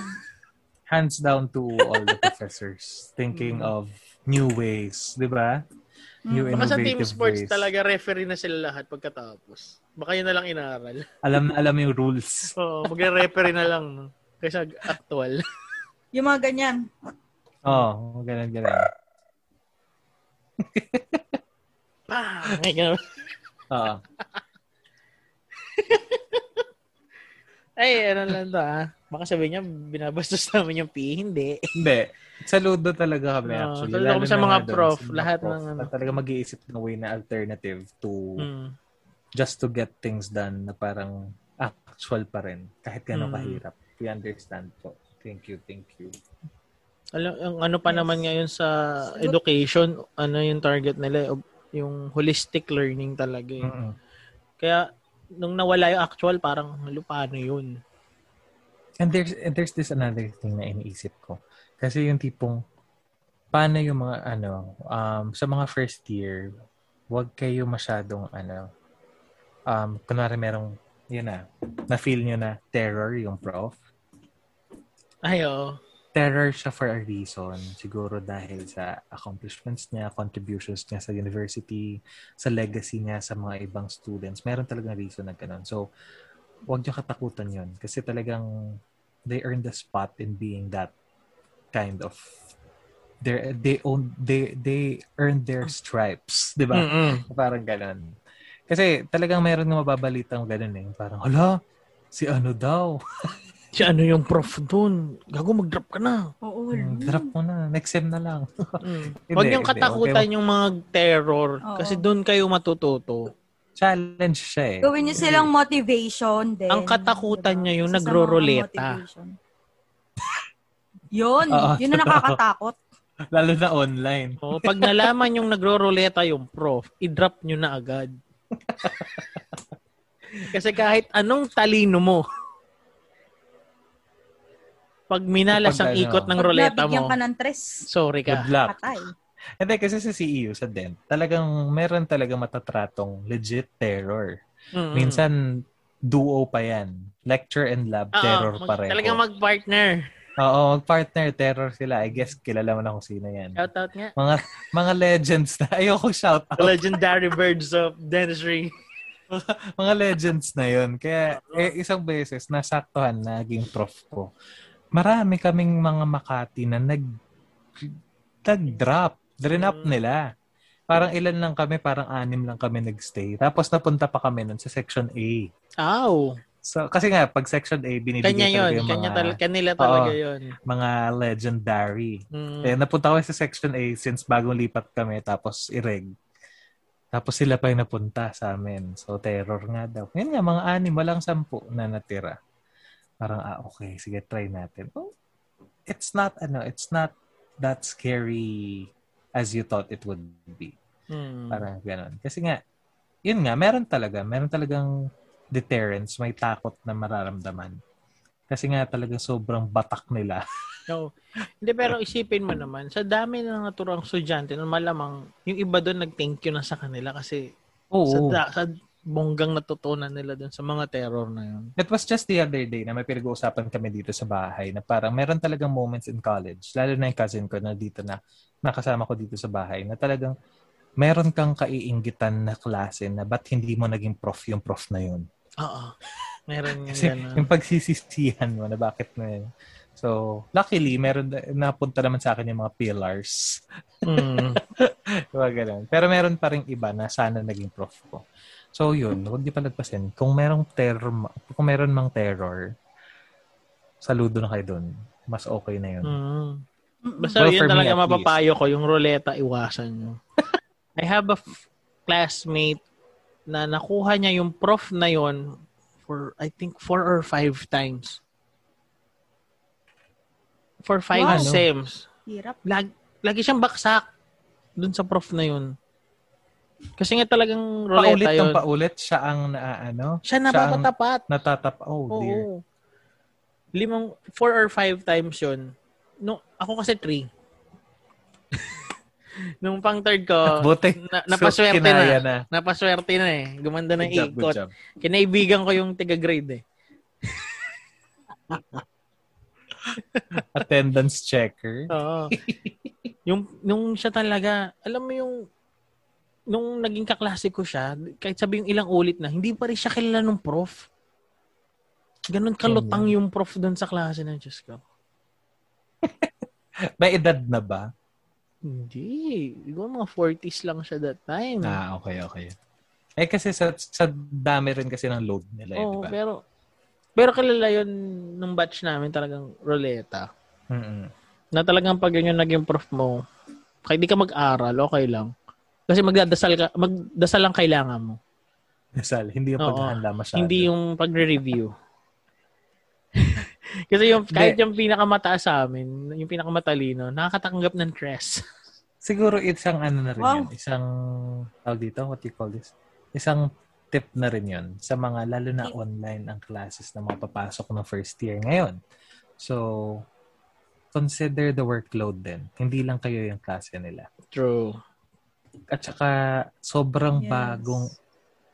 Hands down to all the professors Hmm. thinking of new ways, diba? di ba? New Mm. Baka sa innovative team sports ways. talaga, referee na sila lahat pagkatapos. Baka yun na lang inaral. Alam na alam yung rules. Oo, magre-referee na lang. No? Kaysa actual. Yung mga ganyan. Oo, oh, ganun ganun. Bang! Ay, Oo. Ay, ano lang to ah. Baka sabihin niya, binabastos namin yung PE. Hindi. Hindi. Saludo talaga kami Oo, actually. saludo Lalo kami Ah, sa na mga doon, prof, sa mga lahat prof ng ano. na talaga mag-iisip ng way na alternative to Hmm. just to get things done na parang actual pa rin. Kahit gano'ng Mm. kahirap. We understand po. Thank you, thank you. Alam, ang ano pa Yes. naman ngayon sa education, ano yung target nila, ob- yung holistic learning talaga. eh. Mm-mm. Kaya, nung nawala yung actual, parang, "Halo, paano yun? And there's and there's this another thing na iniisip ko. Kasi yung tipong paano yung mga ano um sa mga first year, wag kayo masyadong ano um kunwari merong yun na na feel niyo na terror yung prof. Ay, oo. Terror siya for a reason. Siguro dahil sa accomplishments niya, contributions niya sa university, sa legacy niya sa mga ibang students. Meron talagang reason na ganun. So, wag niyo katakutan yun. Kasi talagang they earned the spot in being that kind of they they own they they earned their stripes, 'di ba? Mm-mm. Parang ganun. Kasi talagang meron nga mababalitang ganun eh. Parang, hala, si ano daw? Si ano yung prof dun? Gago, mag-drop ka na. Oo. Mm, Drop mo na. Next sem na lang. Mm. Hindi, Huwag yung hindi. katakutan Okay. yung mga terror. Oo. Kasi dun kayo matututo. Challenge siya eh. Gawin niyo silang motivation din. Ang katakutan Diba? niya yung Isa sa mga nagro-ruleta. motivation. yun. Oo, yun na totoo. nakakatakot. Lalo na online. Oh, pag nalaman yung nagro-ruleta yung prof, i-drop nyo na agad. Kasi kahit anong talino mo, pag minalas ang Kapag ano, ikot ng Pag ruleta nabigyan mo, ka ng tres, sorry ka. Good luck. patay. Hindi, kasi sa CEU, sa DENT, talagang meron talaga matatratong legit terror. Mm-mm. Minsan, duo pa yan. Lecture and lab, Oo, terror Ah, mag- pa rin. Talagang mag-partner. Oo, mag-partner, terror sila. I guess, kilala mo na kung sino yan. Shout out nga. Mga, mga legends na. Ayoko shout The out. legendary birds of dentistry. mga legends na yun. Kaya eh, isang beses, nasaktuhan na naging prof ko. Marami kaming mga Makati na nag, nag-drop. Drain up Mm. nila. Parang ilan lang kami, parang anim lang kami nagstay. Tapos napunta pa kami nun sa section A. Ow. So, kasi nga, pag section A, binibigay Kanya talaga yun. yung Kanya mga, tal- kanila talaga yun. mga legendary. Mm. Eh, napunta kami sa Section A since bagong lipat kami tapos ireg. Tapos sila pa yung napunta sa amin. So, terror nga daw. Ngayon nga, mga anim, walang sampu na natira. Parang, ah, okay, sige, try natin. Oh, it's not, ano, it's not that scary as you thought it would be. Mm. Parang ganun. Kasi nga, yun nga, meron talaga. Meron talagang deterrence. May takot na mararamdaman. Kasi nga talaga sobrang batak nila. No. Hindi, pero isipin mo naman, sa dami na naturang estudyante, na malamang, yung iba doon nag-thank you na sa kanila kasi sa, da- sa bonggang natutunan nila doon sa mga terror na yun. That was just the other day na may pinag-uusapan kami dito sa bahay na parang meron talagang moments in college, lalo na yung cousin ko na dito na nakasama ko dito sa bahay, na talagang meron kang kaiingitan na klase na ba't hindi mo naging prof yung prof na yun. Oo. Meron yung Kasi gano'n. yung pagsisisihan mo na bakit na yun. So, luckily, meron na- napunta naman sa akin yung mga pillars. Mm. Mga ganun. Pero meron pa rin iba na sana naging prof ko. So yun, huwag di palagpasin. Kung merong terror, ma- kung meron mang terror, saludo na kayo doon. Mas okay na yun. Mm. Mm-mm. Basta Well, yun for me, talaga at mapapayo ko, yung ruleta, iwasan nyo. I have a f- classmate na nakuha niya yung prof na yon for, I think, four or five times. For five Wow. sems. Hirap. lag, lagi siyang baksak dun sa prof na yun. Kasi nga talagang Paulit ruleta ng yun. paulit, siya ang naaano, Siya napapatapat. natatap. Oh, Oo. dear. Limang, four or five times yun. No, ako kasi three. Nung pang third ko, Buti. na, So, Ah, napaswerte kinaya na. Napaswerte na eh. Gumanda na Good job, yung good ikot. job. Kinaibigan ko yung tiga-grade eh. Attendance checker. Oo. yung, nung siya talaga, alam mo yung, nung naging kaklase ko siya, kahit sabi yung ilang ulit na, hindi pa rin siya kilala ng prof. Ganun kalutang yung prof doon sa klase ng Diyos ko. May edad na ba? Hindi. Siguro mga 40s lang siya that time. Ah, okay, okay. Eh kasi sa, sa dami rin kasi ng load nila, eh, di Oo, ba? pero pero kilala yun nung batch namin talagang ruleta. Mm-mm. Na talagang pag yun yung naging prof mo, kahit di ka mag-aral, okay lang. Kasi magdadasal ka, magdasal lang kailangan mo. Nasal, hindi yung Oo. paghahanda masyado. Hindi yung pagre-review. Kasi yung kahit yung pinakamataas sa amin, yung pinakamatalino, nakakatanggap ng stress. Siguro isang ano na rin Wow. yun. Isang, tawag dito, what you call this? Isang tip na rin yun sa mga, lalo na online ang classes na mapapasok ng first year ngayon. So, consider the workload din. Hindi lang kayo yung klase nila. True. At saka, sobrang Yes. bagong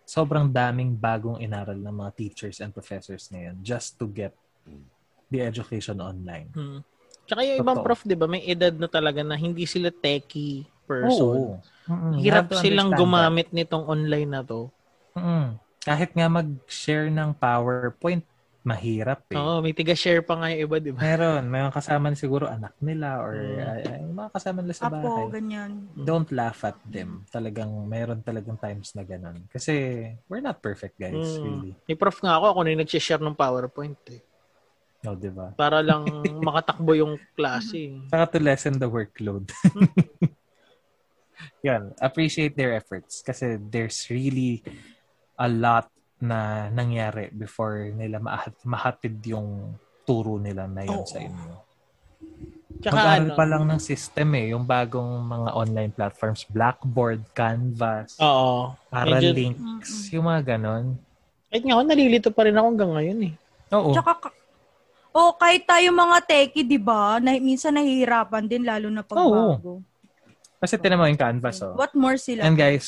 sobrang daming bagong inaral ng mga teachers and professors ngayon just to get the education online. Hmm. Tsaka yung ibang Totoo. prof, di ba, may edad na talaga na hindi sila techie person. Oo. Mm-mm. You have Hirap to silang understand gumamit nitong online na to. that. Mm-mm. Kahit nga mag-share ng PowerPoint, mahirap eh. Oo, may tiga-share pa nga yung iba, di ba? Meron. May mga kasama na siguro anak nila or Mm. ay, ay, mga kasama nila sa bahay. Apo, ganyan. Don't laugh at them. Talagang, meron talagang times na ganun. Kasi, we're not perfect guys, Mm. really. May prof nga ako, ako na yung nagsishare ng PowerPoint eh. No, di ba? Para lang makatakbo yung klase. eh. Saka to lessen the workload. Yan. Appreciate their efforts. Kasi there's really a lot na nangyari before nila mahat- mahatid yung turo nila na yun Oo. sa inyo. Tsaka Mag-aral ano, pa lang ng system eh. Yung bagong mga online platforms. Blackboard, Canvas, oo. Oh, medyo- Paralinks, yung mga ganon. Kahit nga ako, nalilito pa rin ako hanggang ngayon eh. Oo. Tsaka, ka- oh, kahit tayo mga teki, di ba? Na, minsan nahihirapan din, lalo na pag Oo. bago. Kasi tinan mo yung Canvas oh. What more sila? And guys,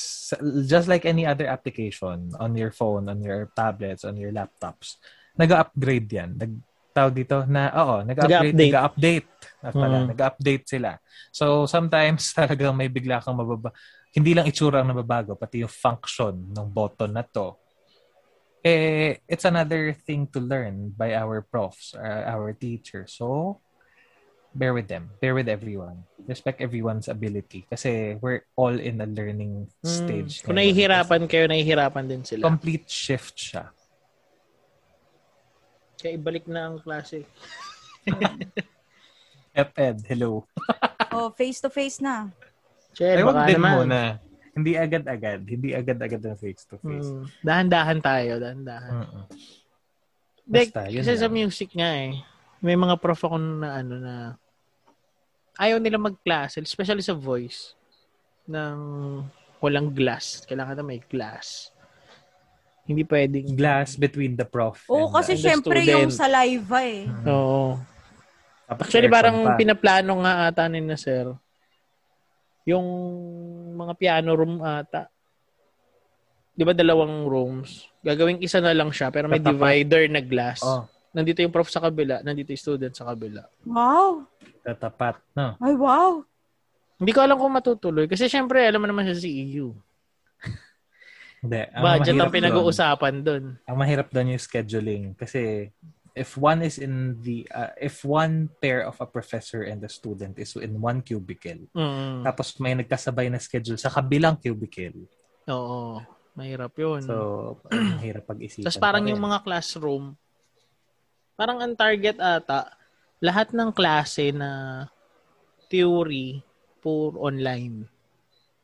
just like any other application on your phone, on your tablets, on your laptops, nag-upgrade yan. Nag tawag dito na, oo, nag-upgrade, Nag-update. nag-update. Ah, pala, Mm. Nag-update sila. So, sometimes talagang may bigla kang mababa. Hindi lang itsura ang nababago, pati yung function ng button na to. Eh, it's another thing to learn by our profs, uh, our teachers. So, bear with them. Bear with everyone. Respect everyone's ability. Kasi we're all in a learning Hmm. stage. Kung ngayon. nahihirapan kayo, nahihirapan din Kasi sila. Complete shift siya. Kaya ibalik na ang klase. Eped, hello. Oh, face-to-face na. Che, Ay, wag baka din naman. muna. Hindi agad-agad. Hindi agad-agad na face-to-face. Hmm. Dahan-dahan tayo, dahan-dahan. Mm-mm. Dek, Basta, yun kasi sa lang. music nga eh, may mga prof ako na ano na ayaw nila magklase, especially sa voice ng walang glass. Kailangan na may glass. Hindi pwedeng Glass between the prof Oo, and the kasi the- syempre student. yung saliva eh. Hmm. Oo. Tapos Actually, aircon parang pa. pinaplano nga ata ni na sir yung mga piano room ata. 'Di ba dalawang rooms? Gagawing isa na lang siya pero may Tatapat. divider na glass. Oh, Nandito yung prof sa kabila, nandito yung student sa kabila. Wow! tatapat. No. Ay, wow! Hindi ko alam kung matutuloy. Kasi syempre, alam mo naman siya sa EU. Hindi. Budget Ang Ah, mahirap ang doon- pinag-uusapan doon. ang mahirap doon yung scheduling kasi if one is in the uh, if one pair of a professor and a student is in one cubicle Mm. tapos may nagkasabay na schedule sa kabilang cubicle Oo. Mahirap yun. so ang mahirap pag-isipan Mm. Tapos parang pa rin. yung mga classroom, parang ang target ata, lahat ng klase na theory for online.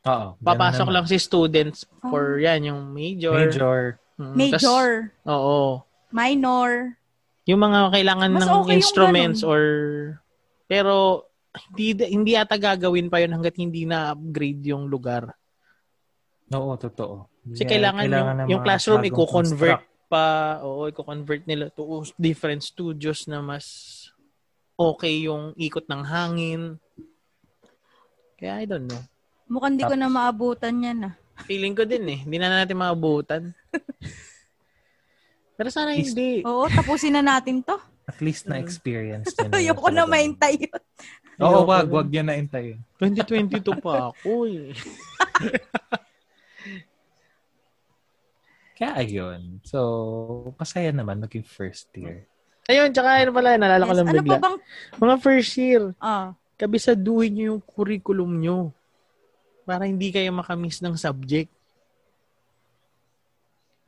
Oo, ganun Papasok naman. lang si students for yan, yung major. major Mm, tas- Ah. Major, oo. minor. Yung mga kailangan Mas ng okay yung instruments ganun. or pero hindi hindi ata gagawin pa yun hangga't hindi na-upgrade yung lugar. Oo, totoo. Kasi Yeah, kailangan, ng yung, yung mga classroom bagong i-convert construct. pa, oo, i-convert nila to different studios na mas okay yung ikot ng hangin. Kaya I don't know. Mukhang di ko na maabutan yan ah. Feeling ko din eh. Hindi na natin maabutan. Pero sana Is- hindi. Oo, tapusin na natin to. At least Mm. na experience din. Ayoko na maintay yun. Oo, Ayoko wag, na. wag yan na intayin. 2022 pa ako eh. Kaya ayun. So, masaya naman naging first year. Ayun, tsaka ano pala, nalala ko Yes. lang Ano bigla. pa bang... Mga first year, Ah, kabisaduhin nyo yung curriculum nyo para hindi kayo makamiss ng subject.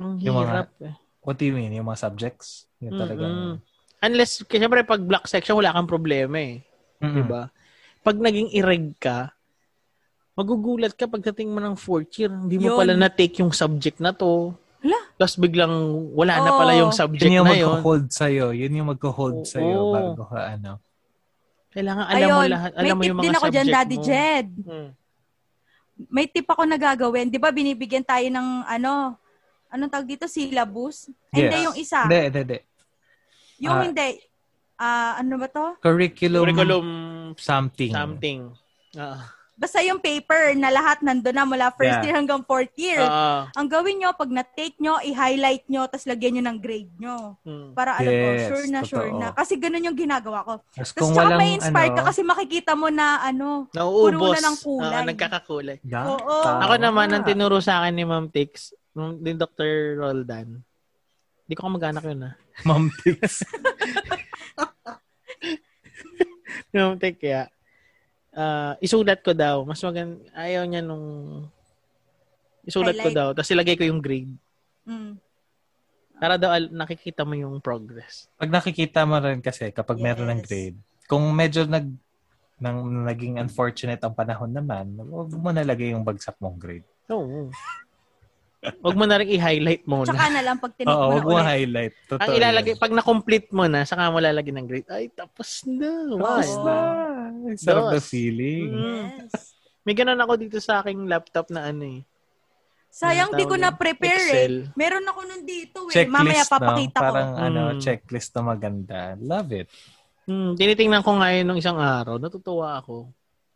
Ang Yung mga- hirap. eh. What do you mean? Yung mga subjects? Mm-mm. Yung talagang... Unless, kasi syempre pag block section, wala kang problema eh. Mm. Mm-mm. Diba? Pag naging ireg ka, magugulat ka pagdating mo ng fourth year, hindi mo Yun. pala na-take yung subject na to. Hala. Tapos biglang wala na pala Oo. yung subject Yun yung na yun. magko-hold sa'yo. Yun yung magko-hold Oo. sa'yo bago ka ano. Kailangan alam mo ayun. lahat, May alam mo tip yung mga din ako subject dyan, Daddy mo. Jed. Mm. May tip ako na gagawin. Di ba binibigyan tayo ng ano... Anong tawag dito? Syllabus? Ay, Hindi, Yes. yung isa. Hindi, hindi, hindi. Yung Ah. hindi. Ah, ano ba to? Curriculum, Curriculum something. something. Ah. Basta yung paper na lahat nandun na mula first Yeah. year hanggang fourth year. Ah. ang gawin nyo, pag na-take nyo, i-highlight nyo, tapos lagyan nyo ng grade nyo. Mm. Para alam ko, Yes, sure na, sure totoo. na. Kasi ganun yung ginagawa ko. Tapos ano, Tapos tsaka may inspire ka kasi makikita mo na ano. Puno Nauubos. na ng kulay. Ah. Ah, nagkakakulay. Yeah, Oo. tama. Ako naman, ang tinuro sa akin ni Ma'am Tix, nung- ni Dr. Roldan, hindi ko kamag-anak yun ah. Ma'am Tix. Ni Ma'am Tix, kaya, ah, isulat ko daw. Mas maganda, ayaw niya nung, isulat ko Highlight. daw, tapos ilagay ko yung grade. Mm. Para daw, al- nakikita mo yung progress. Pag nakikita mo rin kasi, kapag meron ng Yes. grade, kung medyo nag nang naging unfortunate ang panahon naman, huwag mo nalagay yung bagsak mong grade. Oo. Huwag mo na rin i-highlight muna. Tsaka na lang pag tinik Oo, mo huwag na mo ulit. highlight. Totoo ang ilalagay, pag na-complete mo na, saka mo lalagay ng grade. Ay, tapos na. Wow. Tapos na. Ang Dos. Sarap na feeling. Mm. Yes. May ganun ako dito sa aking laptop na ano eh. Ano Sayang di ko Tawag na yun. prepare eh. Excel. Meron ako nun dito eh. Checklist, Mamaya no? papakita Parang ko. ano, Mm. checklist na maganda. Love it. Hmm, tinitingnan ko ngayon nung isang araw. Natutuwa ako.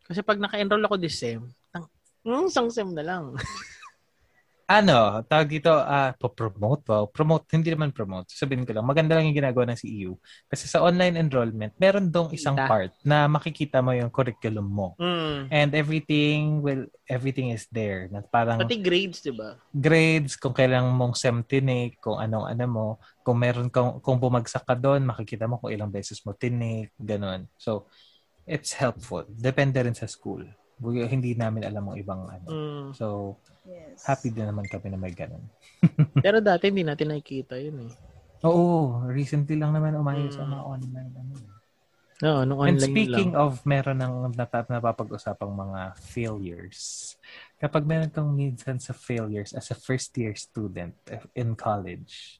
Kasi pag naka-enroll ako this sem, tang, hmm, isang sem na lang. ano, tawag dito, ah, promote ba? Promote, hindi naman promote. Sabihin ko lang, maganda lang yung ginagawa ng CEU. Kasi sa online enrollment, meron dong isang Kita. part na makikita mo yung curriculum mo. Hmm. And everything will everything is there. Na parang Pati grades, di ba? grades, kung kailang mong SEM tinik, kung anong ano mo, kung meron kung, kung bumagsak ka doon, makikita mo kung ilang beses mo tinik, ganun. So, it's helpful. Depende rin sa school. Bu- Hindi namin alam ang ibang ano. Hmm. So, Yes. happy din naman kami na may ganun. Pero dati hindi natin nakikita yun eh. Oo, recently lang naman umayos ang Mm. mga online. ano. No, nung And online speaking lang. of, meron ng nata- napapag-usapang mga failures. Kapag meron kang minsan sa failures as a first-year student in college,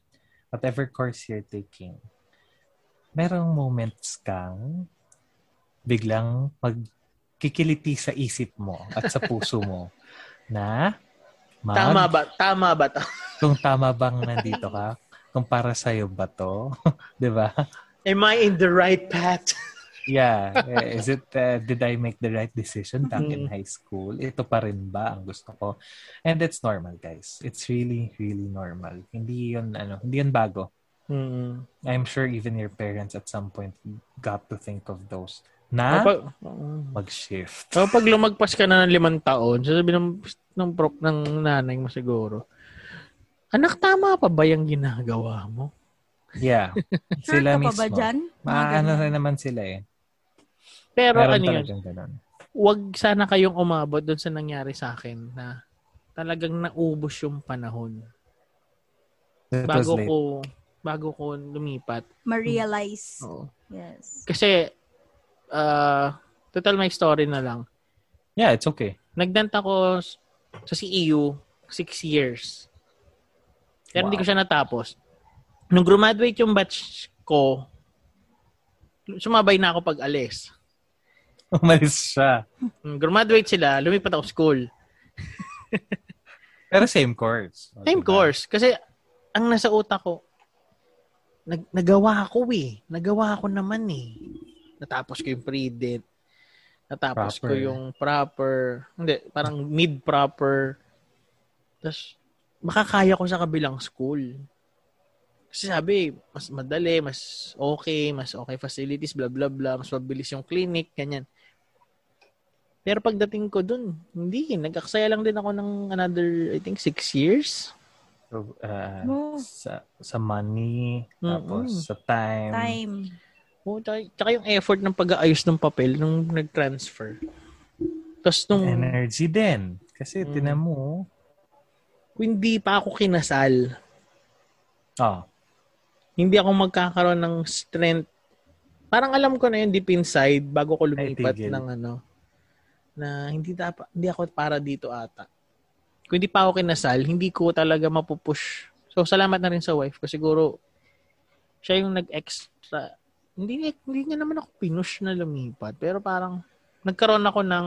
whatever course you're taking, merong moments kang biglang magkikiliti sa isip mo at sa puso mo na mag, Tama ba? Tama ba? to? kung tama bang nandito ka, kung para sa'yo ba to, di ba? Am I in the right path? Yeah. Eh, Is it, uh, did I make the right decision back in Mhm. high school? Ito pa rin ba ang gusto ko? And it's normal, guys. It's really, really normal. Hindi yun, ano, hindi yun bago. Hmm. I'm sure even your parents at some point got to think of those. O, Na, pag, o, mag-shift. pag lumagpas ka na ng limang taon, sasabihin ng, ng prop ng nanay mo siguro, Anak, tama pa ba yung ginagawa mo? Yeah. Sure Sila ka pa ba mismo. dyan? Mga Maano ganun. rin naman sila eh. Pero Meron ano yun? talagang ganun. wag sana kayong umabot doon sa nangyari sa akin na talagang naubos yung panahon It was bago late. ko bago ko lumipat. Ma-realize. Oh. Oo. Yes. Kasi uh, total my story na lang. Yeah, it's okay. Nagdant ako s- sa CEU six years. Pero hindi Wow. ko siya natapos. Nung graduate yung batch ko, sumabay na ako pag alis. Umalis siya. Nung Graduate sila, lumipat ako school. Pero same course. O, Same diba? course. Kasi, ang nasa utak ko, nag, nagawa ko eh. Nagawa ko naman eh. Natapos ko yung pre-date. Natapos ko Proper. yung proper. Hindi, parang mid-proper. Tapos, makakaya ko sa kabilang school. Kasi sabi, mas madali, mas okay, mas okay facilities, blah, blah, blah. Mas mabilis yung clinic, ganyan. Pero pagdating ko dun, hindi. Nag-aksaya lang din ako ng another, I think, six years. So, uh, Oh. sa, sa money, tapos Mm-mm. sa time. Time. Oo, tsaka, tsaka yung effort ng pag-aayos ng papel nung nag-transfer. Tapos nung Energy din. Kasi Mm. tinan mo. kung hindi pa ako kinasal, Ah, hindi ako magkakaroon ng strength. Parang alam ko na yun deep inside bago ko lumipat tigil. ng ano na hindi dapat hindi ako para dito ata. Kung hindi pa ako kinasal, hindi ko talaga mapupush. So salamat na rin sa wife ko siguro siya yung nag-extra. Hindi hindi niya naman ako pinush na lumipat, pero parang nagkaroon ako ng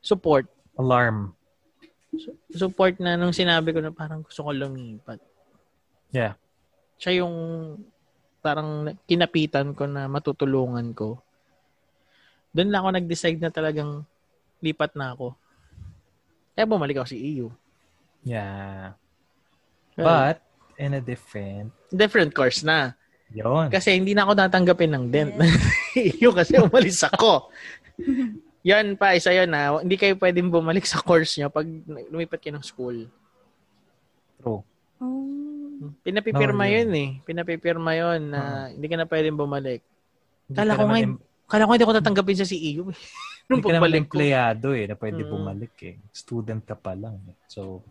support alarm. support na nung sinabi ko na parang gusto ko lumipat. Yeah. Siya yung parang kinapitan ko na matutulungan ko. Doon lang ako nag-decide na talagang lipat na ako. Kaya bumalik ako sa E EU. Yeah. Well, But, in a different, different course na. yon Kasi hindi na ako tatanggapin ng dent. EU kasi umalis ako. yan pa, isa yun na. Hindi kayo pwedeng bumalik sa course nyo pag lumipat kayo ng school. True. Oh. Pinapipirma Bawal yun yun. eh. Pinapipirma yun Ah. na hindi ka na pwedeng bumalik. Hindi Kala ka ko naman nga- em- Kala ko hindi ko tatanggapin sa CEO. eh. Nung hindi ka naman pagbalik ko. empleyado eh, na pwede Mm. bumalik eh. Student ka pa lang. eh. So,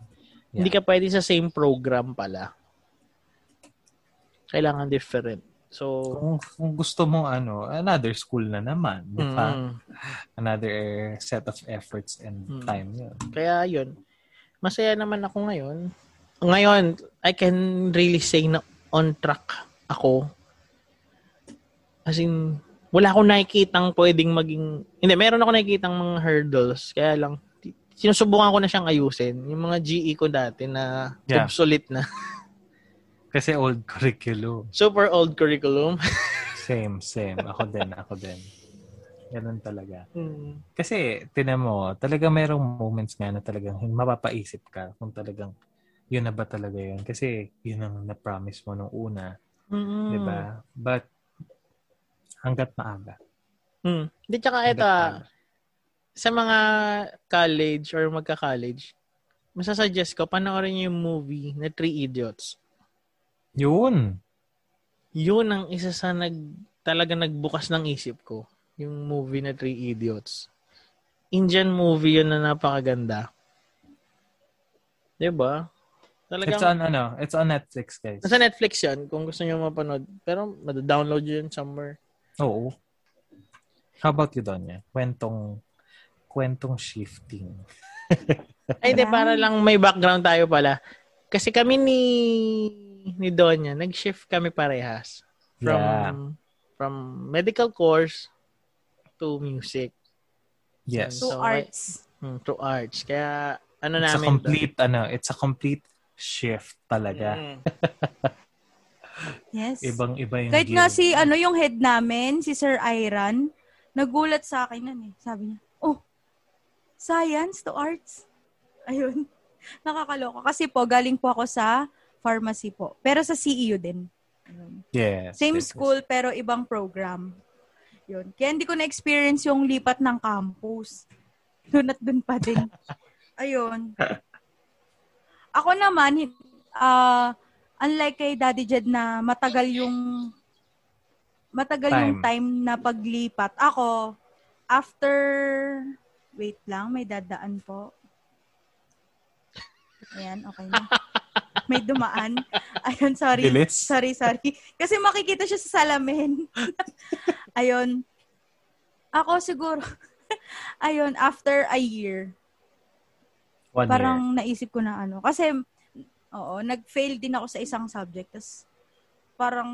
Hindi ka pwede sa same program pala. Kailangan different. So, kung, kung gusto mo ano, another school na naman, di ba? mm, Another set of efforts and Mm. time yun. kaya yun. Masaya naman ako ngayon. Ngayon, I can really say na on track ako. As in, wala akong nakikitang pwedeng maging... Hindi, meron ako nakikitang mga hurdles. Kaya lang, ti- sinusubukan ko na siyang ayusin. Yung mga GE ko dati na Yeah. obsolete na. Kasi old curriculum. Super old curriculum. Same, same. Ako din, ako din. Ganun talaga. Hmm. Kasi, tinan mo, talaga merong moments nga na talagang hin- mapapaisip ka kung talagang yun na ba talaga yun. Kasi, yun ang na-promise mo nung una, di ba? But, hanggat maaga. Hmm. Di, tsaka hanggat ito, ah, maaga. sa mga college or magka-college, masasuggest ko, panoorin niyo yung movie na Three Idiots. Yun! Yun ang isa sa nag, talaga nagbukas ng isip ko. Yung movie na Three Idiots. Indian movie yun na napakaganda. Diba? Talagang, It's on, ano, it's on Netflix, guys. nasa Netflix yan kung gusto niyo mapanood. Pero, madadownload yun somewhere. Oo. How about you, Donya? Kwentong, kwentong shifting. Ay, hindi, Ah. para lang may background tayo pala. Kasi kami ni ni Donya, nag-shift kami parehas from Yeah. from medical course to music, Yes. Two So, I- arts. hmm, to arts. Kaya ano It's a namin complete, ano, it's a complete shift talaga. Mm. Yes. Ibang-iba yung Kahit nga view. si, ano, yung head namin, si Sir Iran, nagulat sa akin nun eh. Sabi niya, oh, science to arts. Ayun. Nakakaloka. Kasi po, galing po ako sa pharmacy po. Pero sa CEU din. Ayun. Yes, Same yes, yes. school, pero ibang program. Yun. Kaya hindi ko na-experience yung lipat ng campus. Doon at doon pa din. Ayun. Ako naman, hin- ah, unlike kay Daddy Jed na matagal yung matagal yung Time. time na paglipat. Ako, after, wait lang, may dadaan po. Ayan, okay na. May dumaan. Ayun, sorry. Bilis. Sorry, sorry. Kasi makikita siya sa salamin. Ayun. Ako siguro, ayun, after a year, One parang year. naisip ko na ano. Kasi, oo, nag-fail din ako sa isang subject. Tapos, parang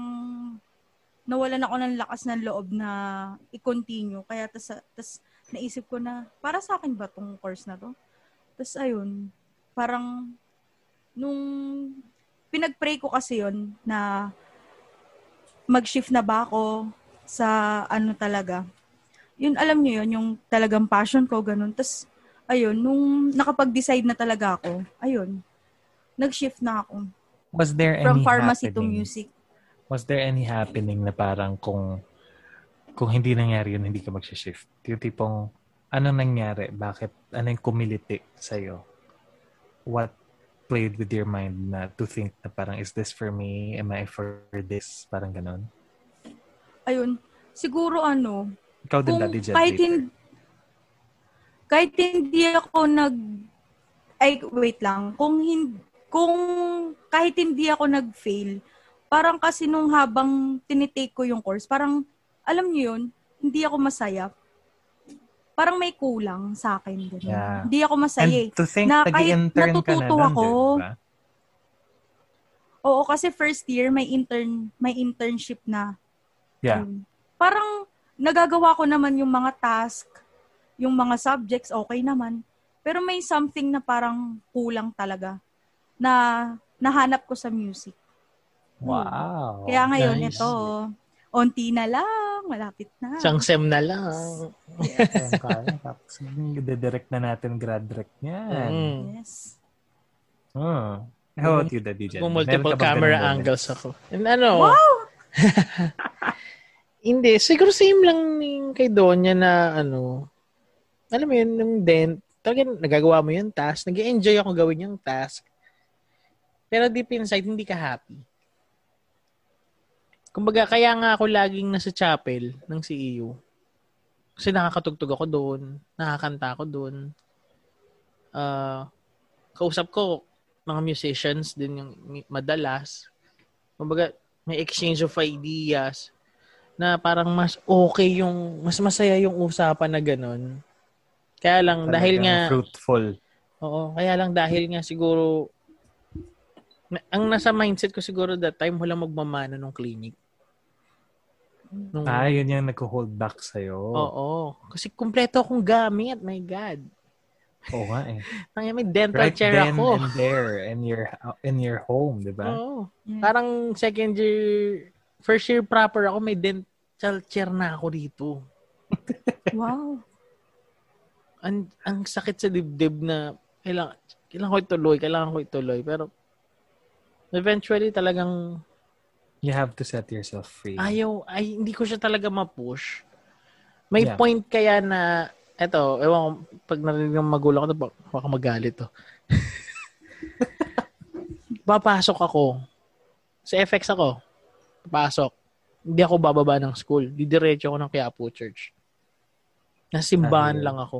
nawalan ako ng lakas ng loob na i-continue. Kaya, tas, tas naisip ko na, para sa akin ba tong course na to? Tapos, ayun, parang nung pinag-pray ko kasi yon na mag-shift na ba ako sa ano talaga. Yun, alam nyo yun, yung talagang passion ko, ganun. Tapos, ayun, nung nakapag-decide na talaga ako, ayun, nag-shift na ako. Was there any From pharmacy to happening? music. Was there any happening na parang kung kung hindi nangyari yun, hindi ka magsha-shift? Yung tipong, ano nangyari? Bakit? Ano yung kumiliti sa'yo? What played with your mind na to think na parang, is this for me? Am I for this? Parang ganun. Ayun, siguro ano, Ikaw din kung dati dyan. kahit hindi, kahit hindi ako nag ay wait lang kung hin, kung kahit hindi ako nag-fail parang kasi nung habang tinitake ko yung course parang alam niyo yun hindi ako masaya parang may kulang sa akin ganun. Yeah. hindi ako masaya eh. And to think, na kahit nag-intern ka na natututo nun, ako, Hmm. di ba? oo kasi first year may intern may internship na Yeah. Yun. Parang nagagawa ko naman yung mga task, yung mga subjects, okay naman. Pero may something na parang kulang talaga na nahanap ko sa music. Wow. Kaya ngayon, nice. ito, onti na lang, malapit na. Isang sem na lang. Ayun, kaya. Tapos, Didirect na natin grad rec niyan. Mm. Yes. Hmm. How about you, Daddy Jen? Kung Meron multiple ka bang camera ganun angles ako. And ano, Wow! Hindi. Siguro same lang yung kay Donya na ano, alam mo yun, yung dent, talagang nagagawa mo yung task, nag enjoy ako gawin yung task. Pero deep inside, hindi ka happy. Kumbaga, kaya nga ako laging nasa chapel ng CEO. Kasi nakakatugtog ako doon, nakakanta ako doon. Ah, kausap ko, mga musicians din yung madalas. Kumbaga, may exchange of ideas na parang mas okay yung mas masaya yung usapan na ganun. Kaya lang Talagang dahil nga fruitful. oo, kaya lang dahil nga siguro na- ang nasa mindset ko siguro that time wala magmamana nung clinic. Nung, Ah, yun yung nag-hold back sa'yo. Oo Oo. Kasi kumpleto akong gamit. My God. nga eh. Ang may dental Right chair then ako. Oh. and there in your in your home, di ba? Oo. Yes. Parang second year, first year proper ako, may dental chair na ako dito. Wow. ang, ang sakit sa dibdib na kailangan, kailangan ko ituloy, kailangan ko ituloy. Pero eventually talagang You have to set yourself free. ayaw, ay, hindi ko siya talaga ma-push. May Yeah. point kaya na, eto, ewan ko, pag narinig ng magulang ko, to, bak- baka magalit to. Papasok ako. Sa FX ako. Papasok. Hindi ako bababa ng school. Didiretso ako ng Quiapo Church. Nasimbahan Ah, yeah. lang ako.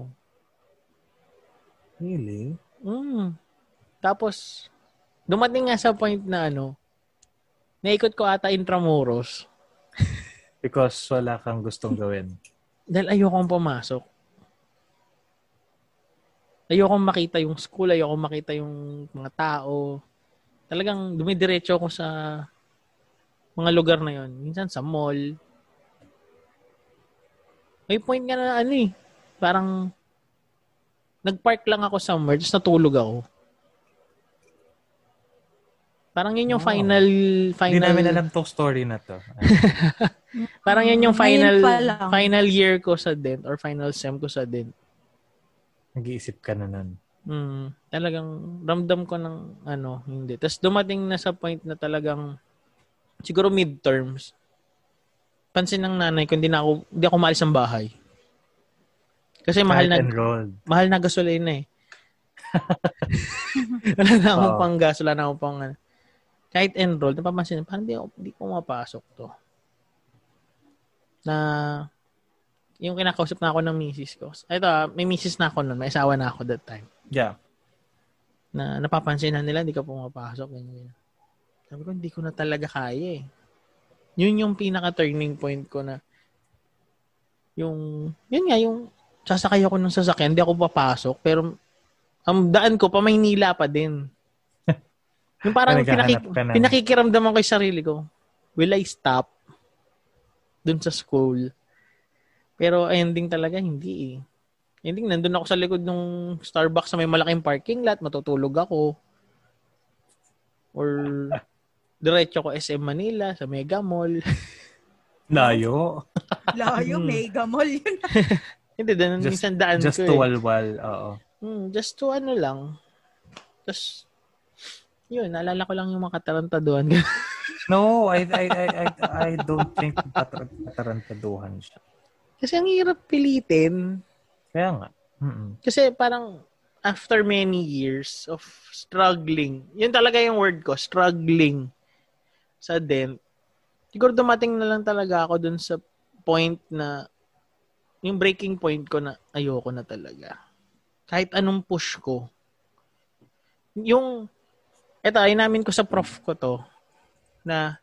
Really? Mm. Tapos, dumating nga sa point na ano, naikot ko ata intramuros Because wala kang gustong gawin. dahil ayokong pumasok. Ayokong makita yung school, ayokong makita yung mga tao. Talagang dumidiretso ako sa mga lugar na yon. Minsan sa mall. May point nga na ano eh. Parang nagpark lang ako somewhere tapos natulog ako. Parang yun yung Wow. final Hindi final namin alam tong story na to. Ah, Parang yan yung Ngayon final pa lang. final year ko sa dent or final sem ko sa dent. Nag-iisip ka na nun. Mm, talagang ramdam ko ng ano, hindi. Tapos dumating na sa point na talagang siguro midterms. Pansin ng nanay ko, hindi na ako, hindi ako maalis ng bahay. Kasi mahal Kahit ano. na, enrolled. mahal na gasolina eh. wala na akong Oo. pang gas, wala na akong pang ano. Kahit enrolled, napapansin, parang di, ako- di ko mapasok to. Na, yung kinakausap na ako ng misis ko. Ito, ah, may misis na ako nun, may asawa na ako that time. Yeah. Na napapansin na nila, hindi ka pumapasok. Ganyan, ganyan. Sabi ko, hindi ko na talaga kaya eh. Yun yung pinaka-turning point ko na, yung, yun nga, yung sasakay ako ng sasakyan, hindi ako papasok, pero ang daan ko, pa Maynila pa din. Yung parang pinaki- Naghahanap ka ng- pinakikiramdaman ko yung sarili ko, will I stop dun sa school? Pero ending talaga, hindi eh. Hindi, nandun ako sa likod nung Starbucks na may malaking parking lot, matutulog ako. Or diretso ko SM Manila sa Mega Mall. Layo. Layo, mega mall yun. Hindi, dun Just- minsan daan Just ko to eh. walwal. Oo. Hmm, just to ano lang. Tapos, yun, naalala ko lang yung mga katarantaduhan. No, I, I, I, I, I don't think patar- patarantaduhan siya. Kasi ang hirap pilitin. Kaya nga. Mm-mm. Kasi parang after many years of struggling, yun talaga yung word ko, struggling sa dent. Siguro dumating na lang talaga ako dun sa point na yung breaking point ko na ayoko na talaga. Kahit anong push ko. Yung, eto, namin ko sa prof ko to, na,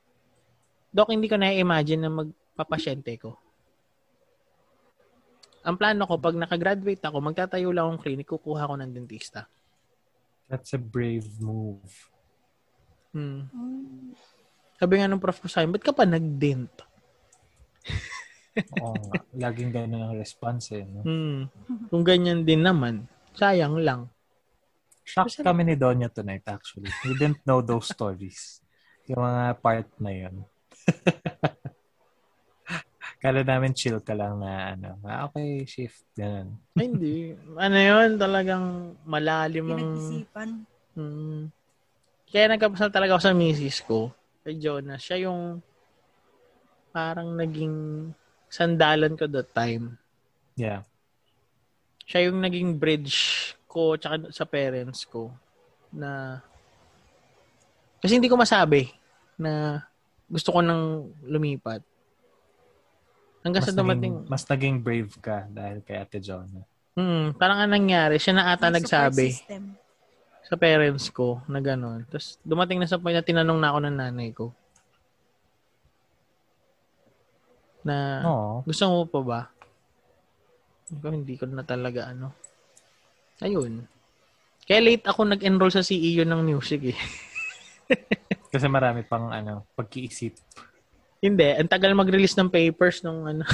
Dok, hindi ko na-imagine na magpapasyente ko. Ang plano ko, pag nakagraduate ako, magtatayo lang akong clinic, kukuha ko ng dentista. That's a brave move. Hmm. Sabi nga nung prof ko sa akin, ba't ka pa nag-dent? Oo nga. Laging ganun ang response eh. No? Hmm. Kung ganyan din naman, sayang lang. Shocked kami ni Donya tonight actually. We didn't know those stories. Yung mga part na yun. Kala namin chill ka lang na ano. Ah, okay, shift. Ganun. Ay, hindi. Ano yun, talagang malalim ang... Pinag-isipan. Hmm. Kaya nagkapasal talaga ako sa misis ko, kay Jonas. Siya yung parang naging sandalan ko that time. Yeah. siya yung naging bridge ko tsaka sa parents ko na kasi hindi ko masabi na gusto ko nang lumipat. Hanggang Mas sa dumating, naging, mas naging brave ka dahil kay Ate John. hmm, parang anong nangyari, siya na ata May nagsabi support system. sa parents ko na gano'n. Tapos dumating na sa point na tinanong na ako ng nanay ko na Oo. gusto mo pa ba? Sabi ko, Hindi ko na talaga ano. Ayun. Kaya late ako nag-enroll sa CEU ng music eh. Kasi marami pang ano, pagkiisip. Hindi, ang tagal mag-release ng papers nung ano.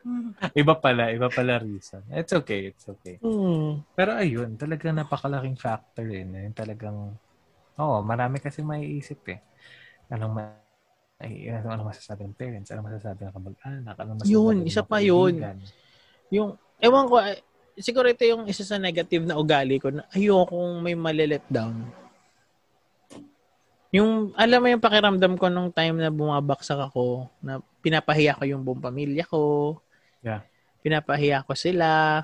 Mm. Iba pala, iba pala reason. It's okay, it's okay. Hmm. Pero ayun, talagang napakalaking factor eh. na Yung talagang, oo, marami kasi maiisip eh. Anong ma ay, ano, ano masasabi ng parents? Ano masasabi ng kamag-anak? Ano masasabi Yun, ng isa mga pa yun. kaibigan? Yung, ewan ko, eh, siguro ito yung isa sa negative na ugali ko na ayokong may malilet down. Yung, alam mo yung pakiramdam ko nung time na bumabaksak ako, na pinapahiya ko yung buong pamilya ko. Yeah. Pinapahiya ko sila.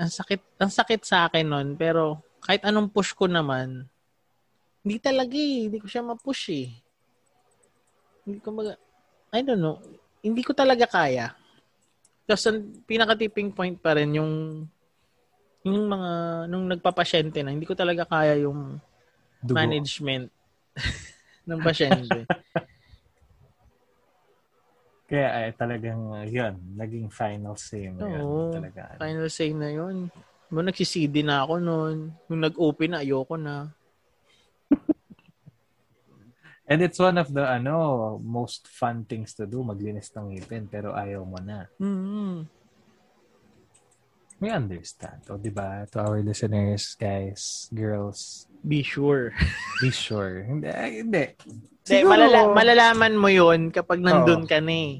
Ang sakit, ang sakit sa akin nun, pero kahit anong push ko naman, hindi talaga eh. Hindi ko siya ma-push eh. Hindi ko mag... I don't know. Hindi ko talaga kaya. Tapos ang pinaka-tipping point pa rin yung yung mga nung nagpapasyente na hindi ko talaga kaya yung Dugo. management ng pasyente. Kaya ay, talagang uh, yun, naging final same. Oo. Yun, talaga. Final say na yun. Nung nagsisidi na ako noon, nung nag-open na, ayoko na. And it's one of the ano most fun things to do, maglinis ng ngipin pero ayaw mo na. Mm-hmm. mm We understand. O, di ba? To our listeners, guys, girls, Be sure. be sure. Hindi, ay, hindi. Hindi, Siguro- malala- malalaman mo yun kapag nandun ka na eh.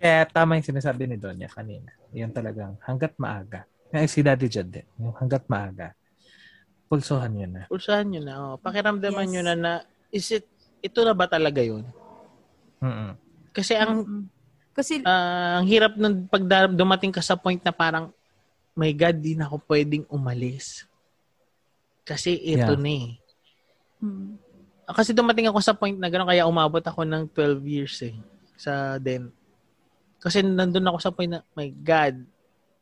Kaya tama yung sinasabi ni Donya kanina. Yun talagang hanggat maaga. Kaya si Daddy Jad din. Yung hanggat maaga. Pulsohan yun na. Pulsahan nyo na. Oh. Pakiramdaman Yes. nyo na na, is it, ito na ba talaga yun? Mm-mm. Kasi Mm-hmm. ang, Mm. Kasi ah, ang hirap nun pag da- dumating ka sa point na parang, my God, di na ako pwedeng umalis. Kasi ito Yeah. na eh. mm, Ah, Kasi dumating ako sa point na gano'n, kaya umabot ako ng 12 years eh, sa den. Kasi nandun ako sa point na, my God,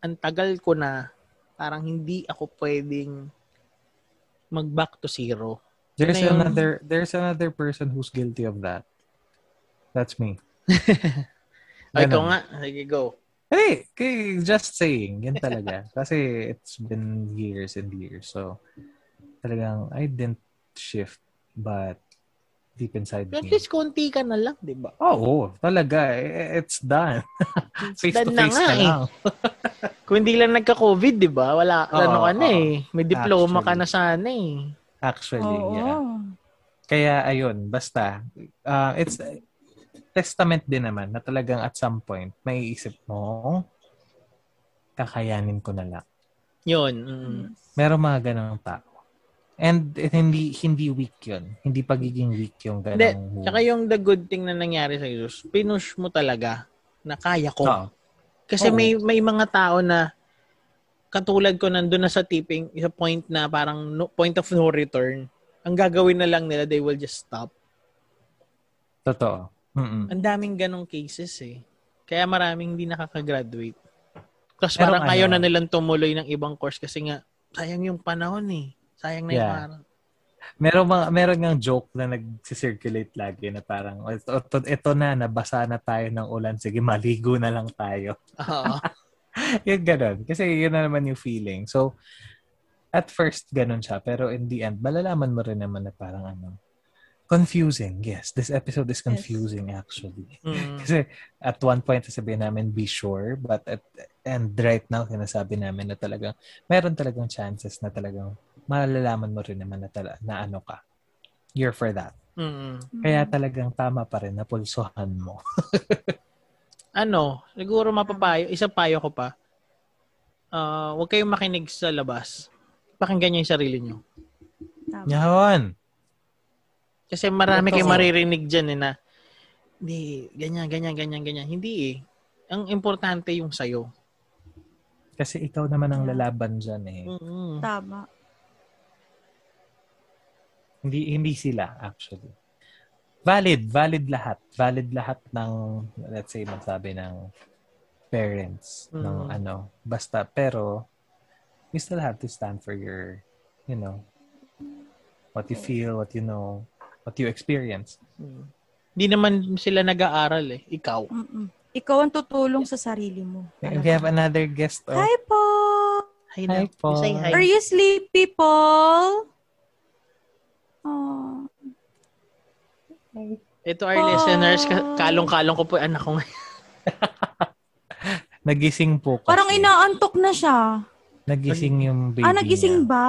ang tagal ko na, parang hindi ako pwedeng mag-back to zero. Ano There's Yun na yun. another there's another person who's guilty of that. That's me. Ay, Ah, ito Ganun. nga, sige go. Hey, kay- just saying. Yan talaga. Kasi it's been years and years. So, talagang I didn't shift but deep inside Pero at me. Oh, least konti ka na lang, di ba? Oo, talaga. eh, It's done. Face to done na face nga ka eh. lang. Kung hindi lang nagka-COVID, di ba? Wala, Oo, ano ka na oo. eh. May diploma ka Actually. na sana eh. Actually, Oo. yeah. Kaya ayun, basta uh, it's testament din naman na talagang at some point maiisip mo kakayanin ko na lang. Yun. mm. Merong mga ganong tao. And it- hindi hindi weak 'yun. Hindi pagiging weak 'yung ganong. Hindi, Tsaka yung the good thing na nangyari sa Jesus, pinush mo talaga na kaya ko. Oo. Kasi Oo. may may mga tao na katulad ko nandun na sa tipping, sa point na parang no, point of no return. Ang gagawin na lang nila, they will just stop. Totoo. Mm-mm. Ang daming ganong cases eh. Kaya maraming hindi nakakagraduate. Tapos Pero parang ano- ayaw na nilang tumuloy ng ibang course kasi nga, sayang yung panahon eh. Sayang na yung Yeah. araw. Merong mga merong ngang joke na nag-circulate lagi na parang "Oh, ito, ito, ito na nabasa na tayo ng ulan sige maligo na lang tayo. Oo. yung ganun. Kasi yun na naman yung feeling. So, at first, ganun siya. Pero in the end, malalaman mo rin naman na parang ano, confusing. Yes, this episode is confusing actually. Mm. Kasi at one point, sasabihin namin, be sure. But at, and right now, sinasabi namin na talagang, meron talagang chances na talagang malalaman mo rin naman na, tala, na ano ka. You're for that. Mm. Kaya talagang tama pa rin na pulsohan mo. ano, siguro mapapayo, isa payo ko pa. Ah, huwag kayong makinig sa labas. Pakinggan niyo yung sarili niyo. Tama. Yan! Kasi marami Totoo. kayong maririnig diyan eh na hindi ganyan ganyan ganyan ganyan. Hindi eh. Ang importante yung sayo. Kasi ikaw naman ang lalaban dyan eh. Mm-mm. Tama. Hindi hindi sila actually. Valid, valid lahat. Valid lahat ng let's say magsabi ng parents Mm. ng ano, basta pero you still have to stand for your, you know, what you feel, what you know, what you experience. Mm. Hindi naman sila nag-aaral eh, ikaw. Mm-mm. Ikaw ang tutulong sa sarili mo. We have another guest oh, of Hi, po! Hi, Hi, na. Paul. Say hi. Are you sleepy, Paul? Oh. Ito our Paul. listeners, ka- kalong-kalong ko po yung anak ko. ngayon. nagising po kasi. Parang inaantok na siya. nagising yung baby. ah, niya. nagising ba?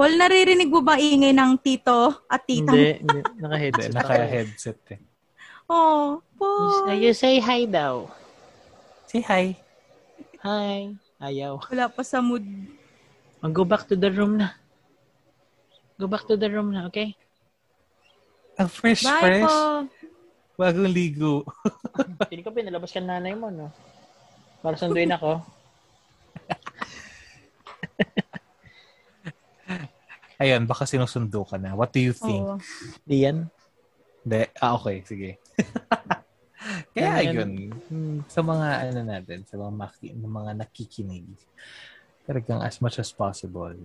Paul, naririnig mo ba ingay ng tito at tita? hindi, hindi. Hindi, Naka-headset. naka-headset eh. Oh, ako. Paul. You say hi daw. Say hi. Hi. Ayaw. Wala pa sa mood. Oh, go back to the room na. Go back to the room na, okay? Ang fresh, Bye, fresh. Paul. Bagong ligo. Pili ko pinalabas ka ng nanay mo, no? Para sunduin ako. Ayun, baka sinusundo ka na. What do you think? Oo. Di yan. Hindi. Ah, okay. Sige. Kaya Ganyan. yun. Sa mga ano natin, sa mga, maki- ng mga nakikinig, talagang as much as possible,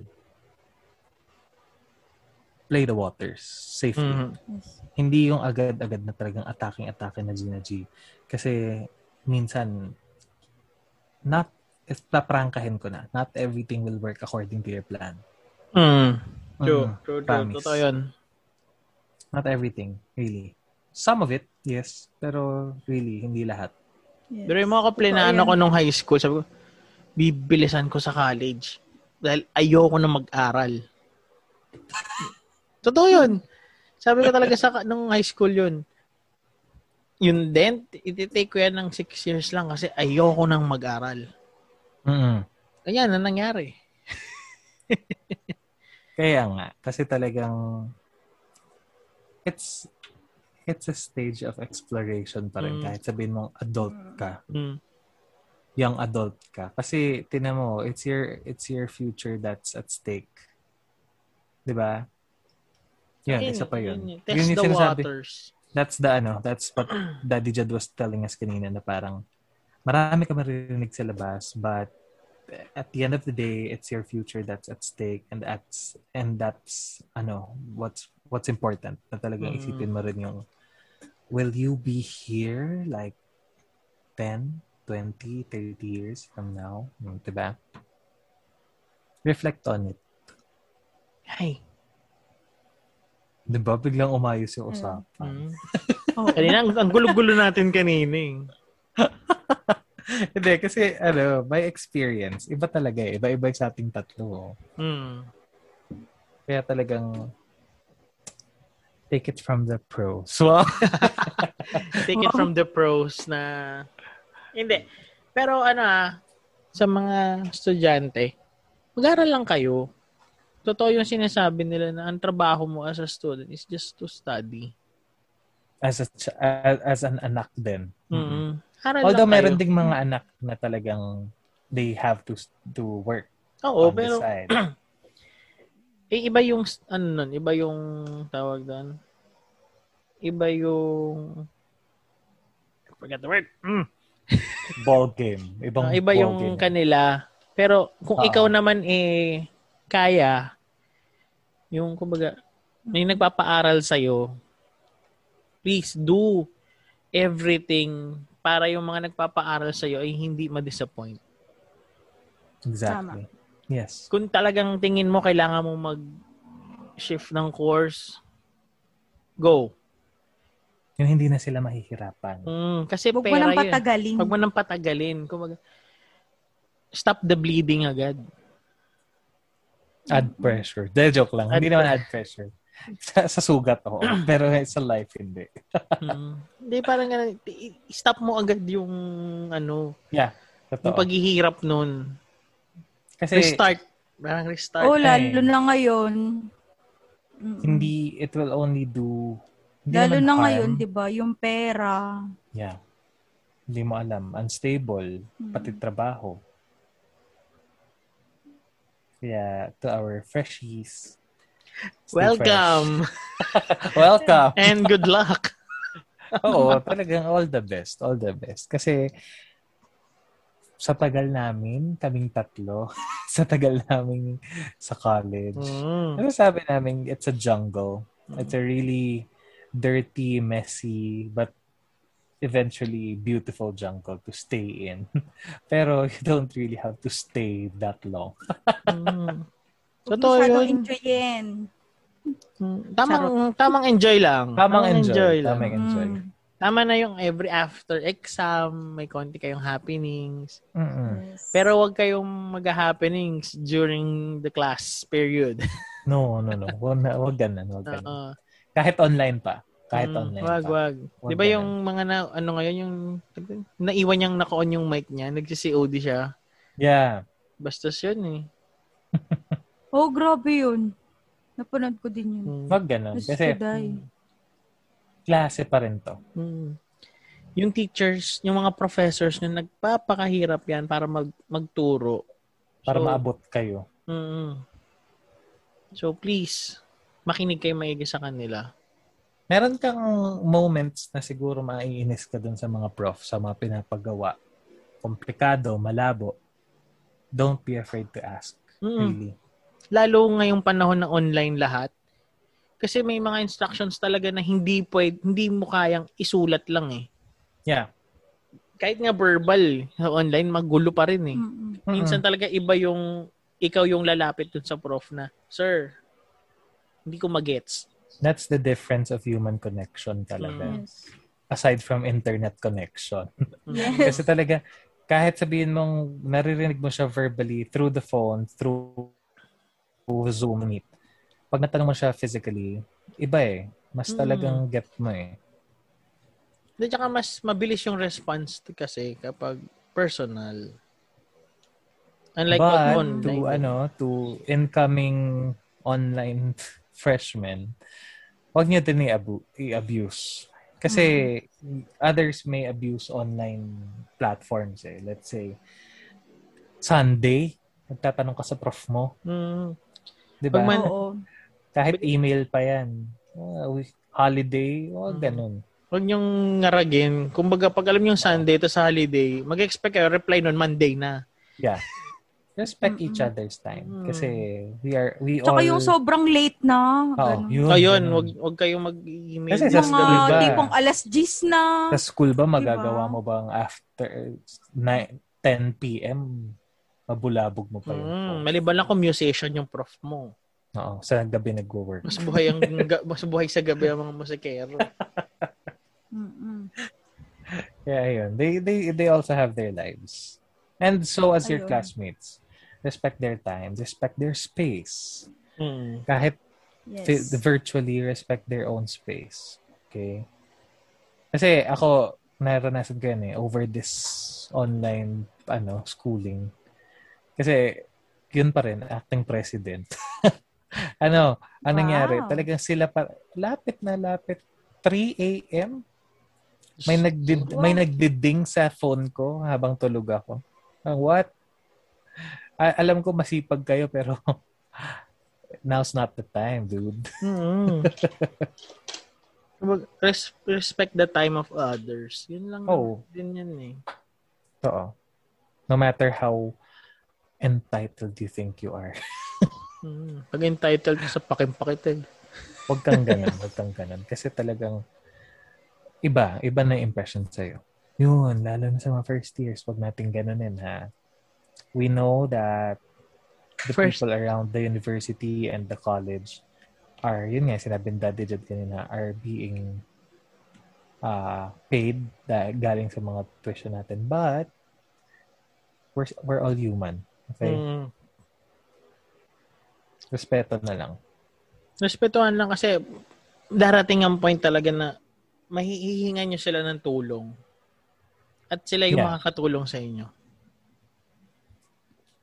play the waters safely. Hindi yung agad-agad na talagang attacking-attacking na Gina G. Kasi minsan, not, is- paprangkahin ko na, not everything will work according to your plan. Mm. True, Mm, true, true. promise. Totoo yun. Not everything, really. Some of it, yes. Pero really, hindi lahat. Yes. Pero yung mga kaplinano Totoo yan. ko nung high school, sabi ko, bibilisan ko sa college. Dahil ayoko na mag-aral. Totoo yun. Sabi ko talaga sa nung high school yun. Yun din, ititake ko yan ng 6 years lang kasi ayoko nang mag-aral. mm Ayan, na nangyari. Kaya nga, kasi talagang it's it's a stage of exploration pa rin Mm. kahit sabihin mong adult ka, Mm. young adult ka. Kasi tinan mo, it's your it's your future that's at stake. 'Di ba? Yun, Ayun isa eh, pa yun. ayun eh. Test Yun yung the sinasabi. waters. That's the ano, that's what Daddy Jad was telling us kanina na parang marami ka maririnig sa labas but at the end of the day it's your future that's at stake and that's and that's ano what's what's important na talagang Mm. isipin mo rin yung will you be here like 10 20 30 years from now Mm, diba reflect on it Ay. diba biglang umayos yung Hmm. usapan Mm. Kanina, ang, ang gulo-gulo natin kanina eh. Hindi, kasi ano, by experience, iba talaga eh. Iba-iba sa ating tatlo. oh. Mm. Kaya talagang take it from the pros. Wow. Take it from the pros na... Hindi. Pero ano ah, sa mga estudyante, mag-aral lang kayo. Totoo yung sinasabi nila na ang trabaho mo as a student is just to study. as, a, ch- a- as an anak din. Mm-hmm. Mm. Aral Hmm. Although lang kayo. meron ding mga anak na talagang they have to s- to work Oo, on Oh, pero the side. eh, iba yung s- ano nun, iba yung tawag doon. Iba yung I forgot the word. Mm. Ball game. Ah, Ibang iba ball yung game. kanila. Pero kung Oo. ikaw naman eh kaya yung kumbaga may nagpapaaral sa please do everything para yung mga nagpapaaral sa ay hindi ma-disappoint. Exactly. Yes. kung talagang tingin mo kailangan mong mag shift ng course, go. Yung hindi na sila mahihirapan. Mm, kasi Huwag mo pera nang yun. patagalin. Huwag mo nang patagalin. Kumbaga, stop the bleeding agad. Add pressure. De, joke lang. Mm-hmm. Add hindi naman add pressure. Sa, sa sugat, oo. pero sa life, hindi. Mm. Hindi, parang ganun. I- i- Stop mo agad yung ano, yung Totoo. paghihirap nun. Kasi Restart. Parang restart. Oh, eh. lalo na ngayon. Mm-mm. hindi, it will only do hindi naman Lalo na harm. ngayon, di ba? Yung pera. Yeah. Hindi mo alam. Unstable. Pati trabaho. Yeah, to our freshies. Stay Welcome fresh. Welcome. and good luck. Oo, talagang all the best. All the best. Kasi sa tagal namin, kaming tatlo, sa tagal namin sa college, Mm. ano sabi namin, it's a jungle. It's a really dirty, messy, but eventually beautiful jungle to stay in. Pero you don't really have to stay that long. Mm. Huwag Totoo masyadong yun. enjoyin. Mm. Tamang, tamang enjoy lang. Tamang enjoy. lang. Tamang enjoy. Mm. Tama na yung every after exam, may konti kayong happenings. Mm-mm. Yes. Pero wag kayong mag-happenings during the class period. No, no, no. Wag, na, wag ganun. Wag ganun. Oo. Kahit online pa. Kahit Mm, online Wag, pa. wag. Wag Di ba ganun. yung mga na, ano ngayon, yung naiwan niyang naka-on yung mic niya, nagsi-COD siya. Yeah. Bastos yun eh. Oh, grabe yun. Napanood ko din yun. Mm. Wag ganun. Gusto Kasi die. klase pa rin to. Mm. Yung teachers, yung mga professors na nagpapakahirap yan para mag, magturo. Para So, maabot kayo. Mm. So please, makinig kayo maigi sa kanila. Meron kang moments na siguro maiinis ka dun sa mga prof, sa mga pinapagawa. Komplikado, malabo. Don't be afraid to ask. Mm. Really. lalo ngayong panahon ng online lahat, kasi may mga instructions talaga na hindi pwede, hindi mo kayang isulat lang eh. Yeah. Kahit nga verbal, sa online, magulo pa Mm. rin eh. Mm-mm. Mm-mm. Minsan talaga iba yung, ikaw yung lalapit dun sa prof na, Sir, hindi ko magets. That's the difference of human connection talaga. Yes. Aside from internet connection. Mm. Yes. Kasi talaga, kahit sabihin mong naririnig mo siya verbally through the phone, through Zoom meet, pag natanong mo siya physically, iba eh. Mas talagang get mo eh. At saka mas mabilis yung response t- kasi kapag personal. Unlike but what to online. ano, to incoming online freshmen, wag niyo din i-abu- i-abuse. Kasi Hmm. others may abuse online platforms eh. Let's say, Sunday, magtatanong ka sa prof mo. Mm. Di ba? Pag man- Oo. Kahit email pa yan. Ah, we- holiday, o Hmm. ganun. Huwag niyong ngaragin. Kumbaga, pag alam yung Sunday to sa holiday, mag-expect kayo reply noon Monday na. Yeah. Respect each other's time. Kasi we are, we Tsaka all... yung sobrang late na. Oo, ganun. yun, Ayun, ganun. wag wag kayong mag-email. Kasi sa Mga school ba? tipong alas 10 na. Sa school ba, magagawa Diba? mo bang after ni- 10 p.m., mabulabog mo pa yun? Mm, maliban lang kung musician yung prof mo. Oo, sa gabi nagwo-work. Mas buhay ang ga- mas buhay sa gabi ang mga musikero. Mm-mm. Kaya ayun. They, they, they also have their lives. And so as your Ayun. classmates. Respect their time. Respect their space. Mm. Kahit fi- Yes. virtually respect their own space. Okay? Kasi ako, naranasan ko yan eh, over this online ano schooling. Kasi, yun pa rin, acting president. ano, ang nangyari, Wow. talagang sila pa, lapit na lapit, 3 a.m., may nagdid may nagdiding sa phone ko habang tulog ako. Ang what? A- alam ko masipag kayo pero now's not the time, dude. Mm. Kumbaga, res- respect the time of others. Yun lang Oh. din yan eh. Totoo. No matter how entitled you think you are. Mm. Pag entitled ka sa pakimpakit eh. Huwag kang ganun, huwag kang ganun. Kasi talagang iba, iba na yung impression sa'yo. Yun, lalo na sa mga first years, huwag natin ganunin ha. We know that the First- people around the university and the college are, yun nga, sinabi ni Daddy Jed kanina, are being uh, paid da- galing sa mga tuition natin. But, we're, we're all human. Okay? Mm. Respeto na lang. Respetuhan lang kasi darating ang point talaga na mahihinga nyo sila ng tulong. At sila yung Yeah. makakatulong sa inyo.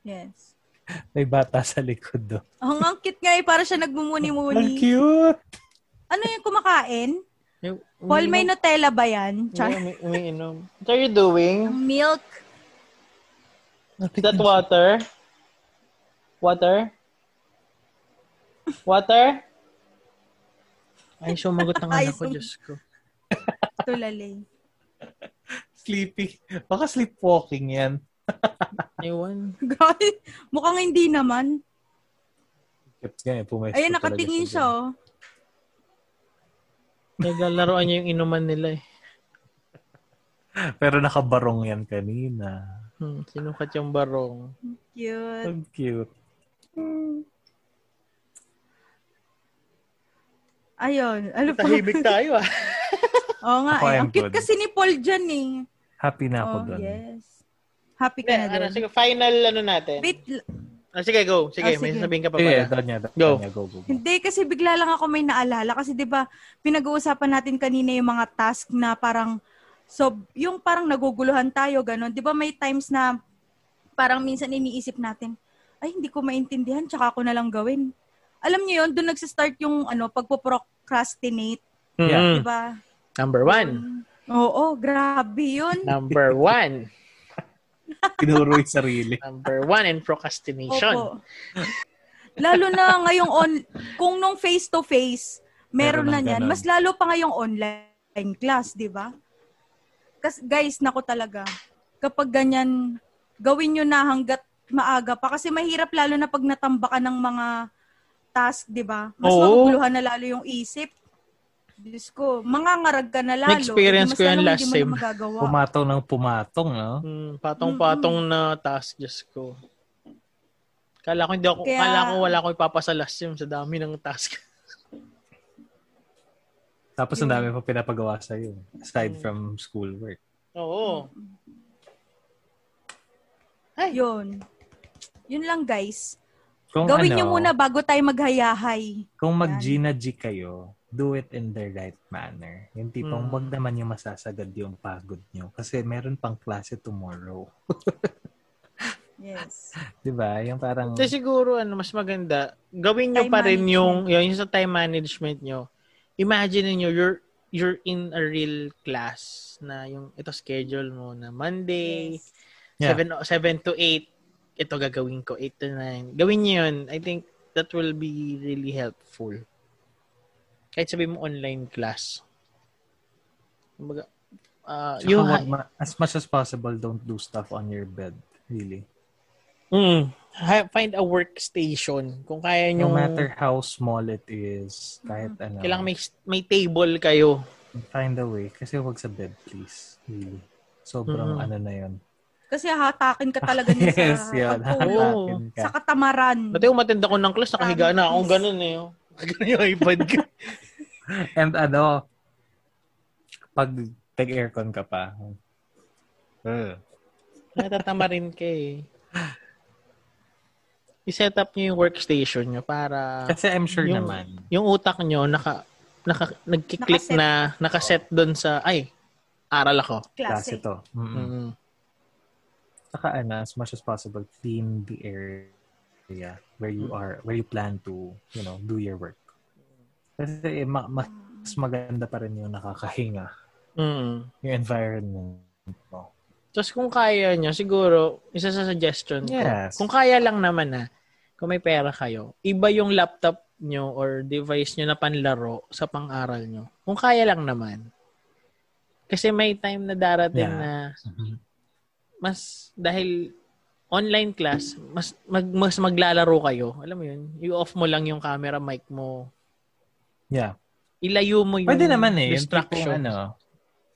Yes. May bata sa likod do. Ang, ang cute nga eh, para siya nagmumuni-muni. Ang cute! Ano yung kumakain? May, Paul, may umiinom- Nutella ba yan? Char. may umi- umiinom. What are you doing? Milk. Is that water? Water? Water? Ay, sumagot ng Ay, anak ko, sum- Diyos ko. Tulalay. Sleepy. Baka sleepwalking yan. Ewan. Grabe. Mukhang hindi naman. Cute nga eh. Pumesto Ayun, talaga nakatingin siya dun. oh. Naglalaroan niya yung inuman nila eh. oh. Pero nakabarong yan kanina. Hmm, sinukat yung barong. Cute. Ang cute. Ayun. Ano pa? Tahimik tayo ah. Oo nga Ako, eh. I'm Ang cute good. kasi ni Paul dyan eh. Happy na ako Oh, doon. yes. Happy ka Hindi, na ano, doon. sige, final ano natin. Wait, l- Ah, sige, go. Sige, Ah, may sige. sasabihin ka pa Sige, pala. doon niya. Doon Go. niya. Go, go, go. hindi kasi bigla lang ako may naalala kasi 'di ba pinag-uusapan natin kanina yung mga task na parang so yung parang naguguluhan tayo ganun. 'Di ba may times na parang minsan iniisip natin, ay hindi ko maintindihan, tsaka ako na lang gawin. Alam niyo 'yon, doon nagse-start yung ano pagpo-procrastinate, Mm. Yeah. 'di ba? Number one. Oo, grabe 'yun. Number one. Tinuro yung sarili. Number one in procrastination. Opo. lalo na ngayong on kung nung face to face meron Meron na ng niyan, ganun. mas lalo pa ngayong online class, 'di ba? Kasi guys, nako talaga. Kapag ganyan, gawin niyo na hanggat maaga pa kasi mahirap lalo na pag natambakan ng mga task, 'di ba? Mas Oo. maguguluhan na lalo yung isip. Diyos ko, mangangarag ka na lalo. Na-experience Mas ko yan lalong last hindi mo na time. magagawa. Pumatong ng pumatong, no? Mm, patong-patong na task, Diyos ko. Kala ko hindi ako, Kaya- kala ko wala ko ipapasalas yun sa dami ng task. Tapos ang dami pa pinapagawa sa'yo. Aside from schoolwork. Oo. Yun. Yun lang, guys. Kung Gawin ano, niyo muna bago tayo maghayahay. Kung mag-Gina G kayo, do it in the right manner. Yung tipong Mm. wag naman yung masasagad yung pagod nyo. Kasi meron pang klase tomorrow. Yes. Di ba? Yung parang... Kasi siguro, ano, mas maganda, gawin nyo Mm. Time pa rin yung, yun, yung sa time management nyo. Imagine nyo, you're, you're in a real class na yung ito schedule mo na Monday, Yes. Yeah. 7, 7 oh, to 8, ito gagawin ko, 8 to 9. Gawin nyo yun. I think that will be really helpful. Kahit sabi mo online class. Kumbaga, ah, Tsaka yung, wag ma- as much as possible, don't do stuff on your bed. Really. mm, ha- find a workstation. Kung kaya nyo, No matter how small it is, kahit ano, Hmm. kailangan may, may table kayo. find a way. Kasi wag sa bed, please. Really. Sobrang Mm. ano na yun. Kasi hatakin ka talaga niya yes, sa, yun. oh. pagtulog, Hatakin ka. sa katamaran. Dati umatenda ko ng class, nakahiga na ako. Ganun eh. oh. Ganun yung iPad ko. And ano, pag tag-aircon ka pa, Mm. Natatama rin ka eh. I-set up nyo yung workstation nyo para Kasi I'm sure Yung- naman. yung utak nyo naka, naka, nagkiklik Nakaset. na nakaset doon sa, ay, aral ako. Klase Klase. to. Mm-mm. Mm. Saka ano, as much as possible, clean the area where you Mm. are, where you plan to, you know, do your work. Kasi eh, ma- ma- mas maganda pa rin yung nakakahinga, Mm. yung environment mo. Tapos kung kaya nyo, siguro, isa sa suggestion ko, Yes. kung kaya lang naman na, kung may pera kayo, iba yung laptop nyo or device nyo na panlaro sa pang-aral nyo. Kung kaya lang naman. Kasi may time na darating Yeah. na Mhm. mas dahil online class, mas mag, mas maglalaro kayo. Alam mo 'yun, i-off mo lang yung camera mic mo. Yeah. Ilayo mo yung Pwede naman eh. Yung distraction. tipong ano,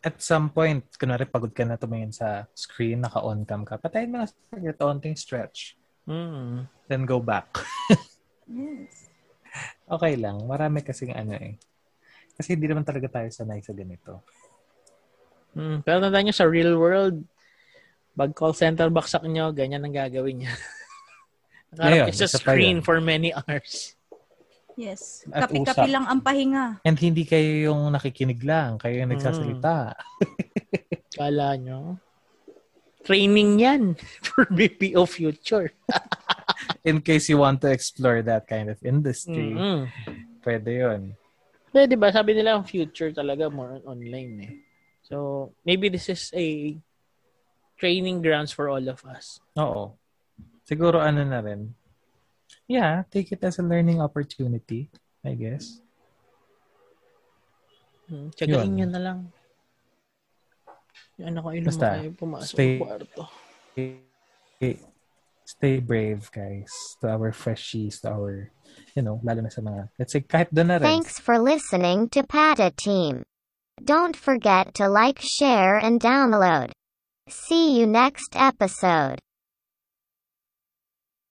at some point, kunwari pagod ka na tumingin sa screen, naka-on cam ka, patayin mo na saglit, onting stretch, Mm. then go back. Yes. Okay lang. Marami kasing ano eh. Kasi hindi naman talaga tayo sanay sa ganito. Mm. Pero tandaan nyo, sa real world, pag call center baksak nyo, ganyan ang gagawin niya. Ngayon, Nakaharap kayo sa isa pa screen yun. for many hours. Yes. At Kapi-kapi usap. lang ang pahinga. And hindi kayo yung nakikinig lang. Kayo yung nagsasalita. Kala nyo, training yan for BPO future. In case you want to explore that kind of industry, Mm-mm. pwede yun. Pero Hmm. di ba, sabi nila ang future talaga more on online eh. So, maybe this is a training grounds for all of us. Oo. Siguro ano na rin. Yeah, take it as a learning opportunity, I guess. Hmm. Tsagain Yun. nyo na lang. Yung ano ko, ilong Basta, kayo pumasok stay- sa kwarto. Stay, stay brave, guys. To our freshies, to our, you know, lalo na sa mga, let's say, kahit doon na rin. Thanks for listening to Pata Team. Don't forget to like, share, and download. See you next episode.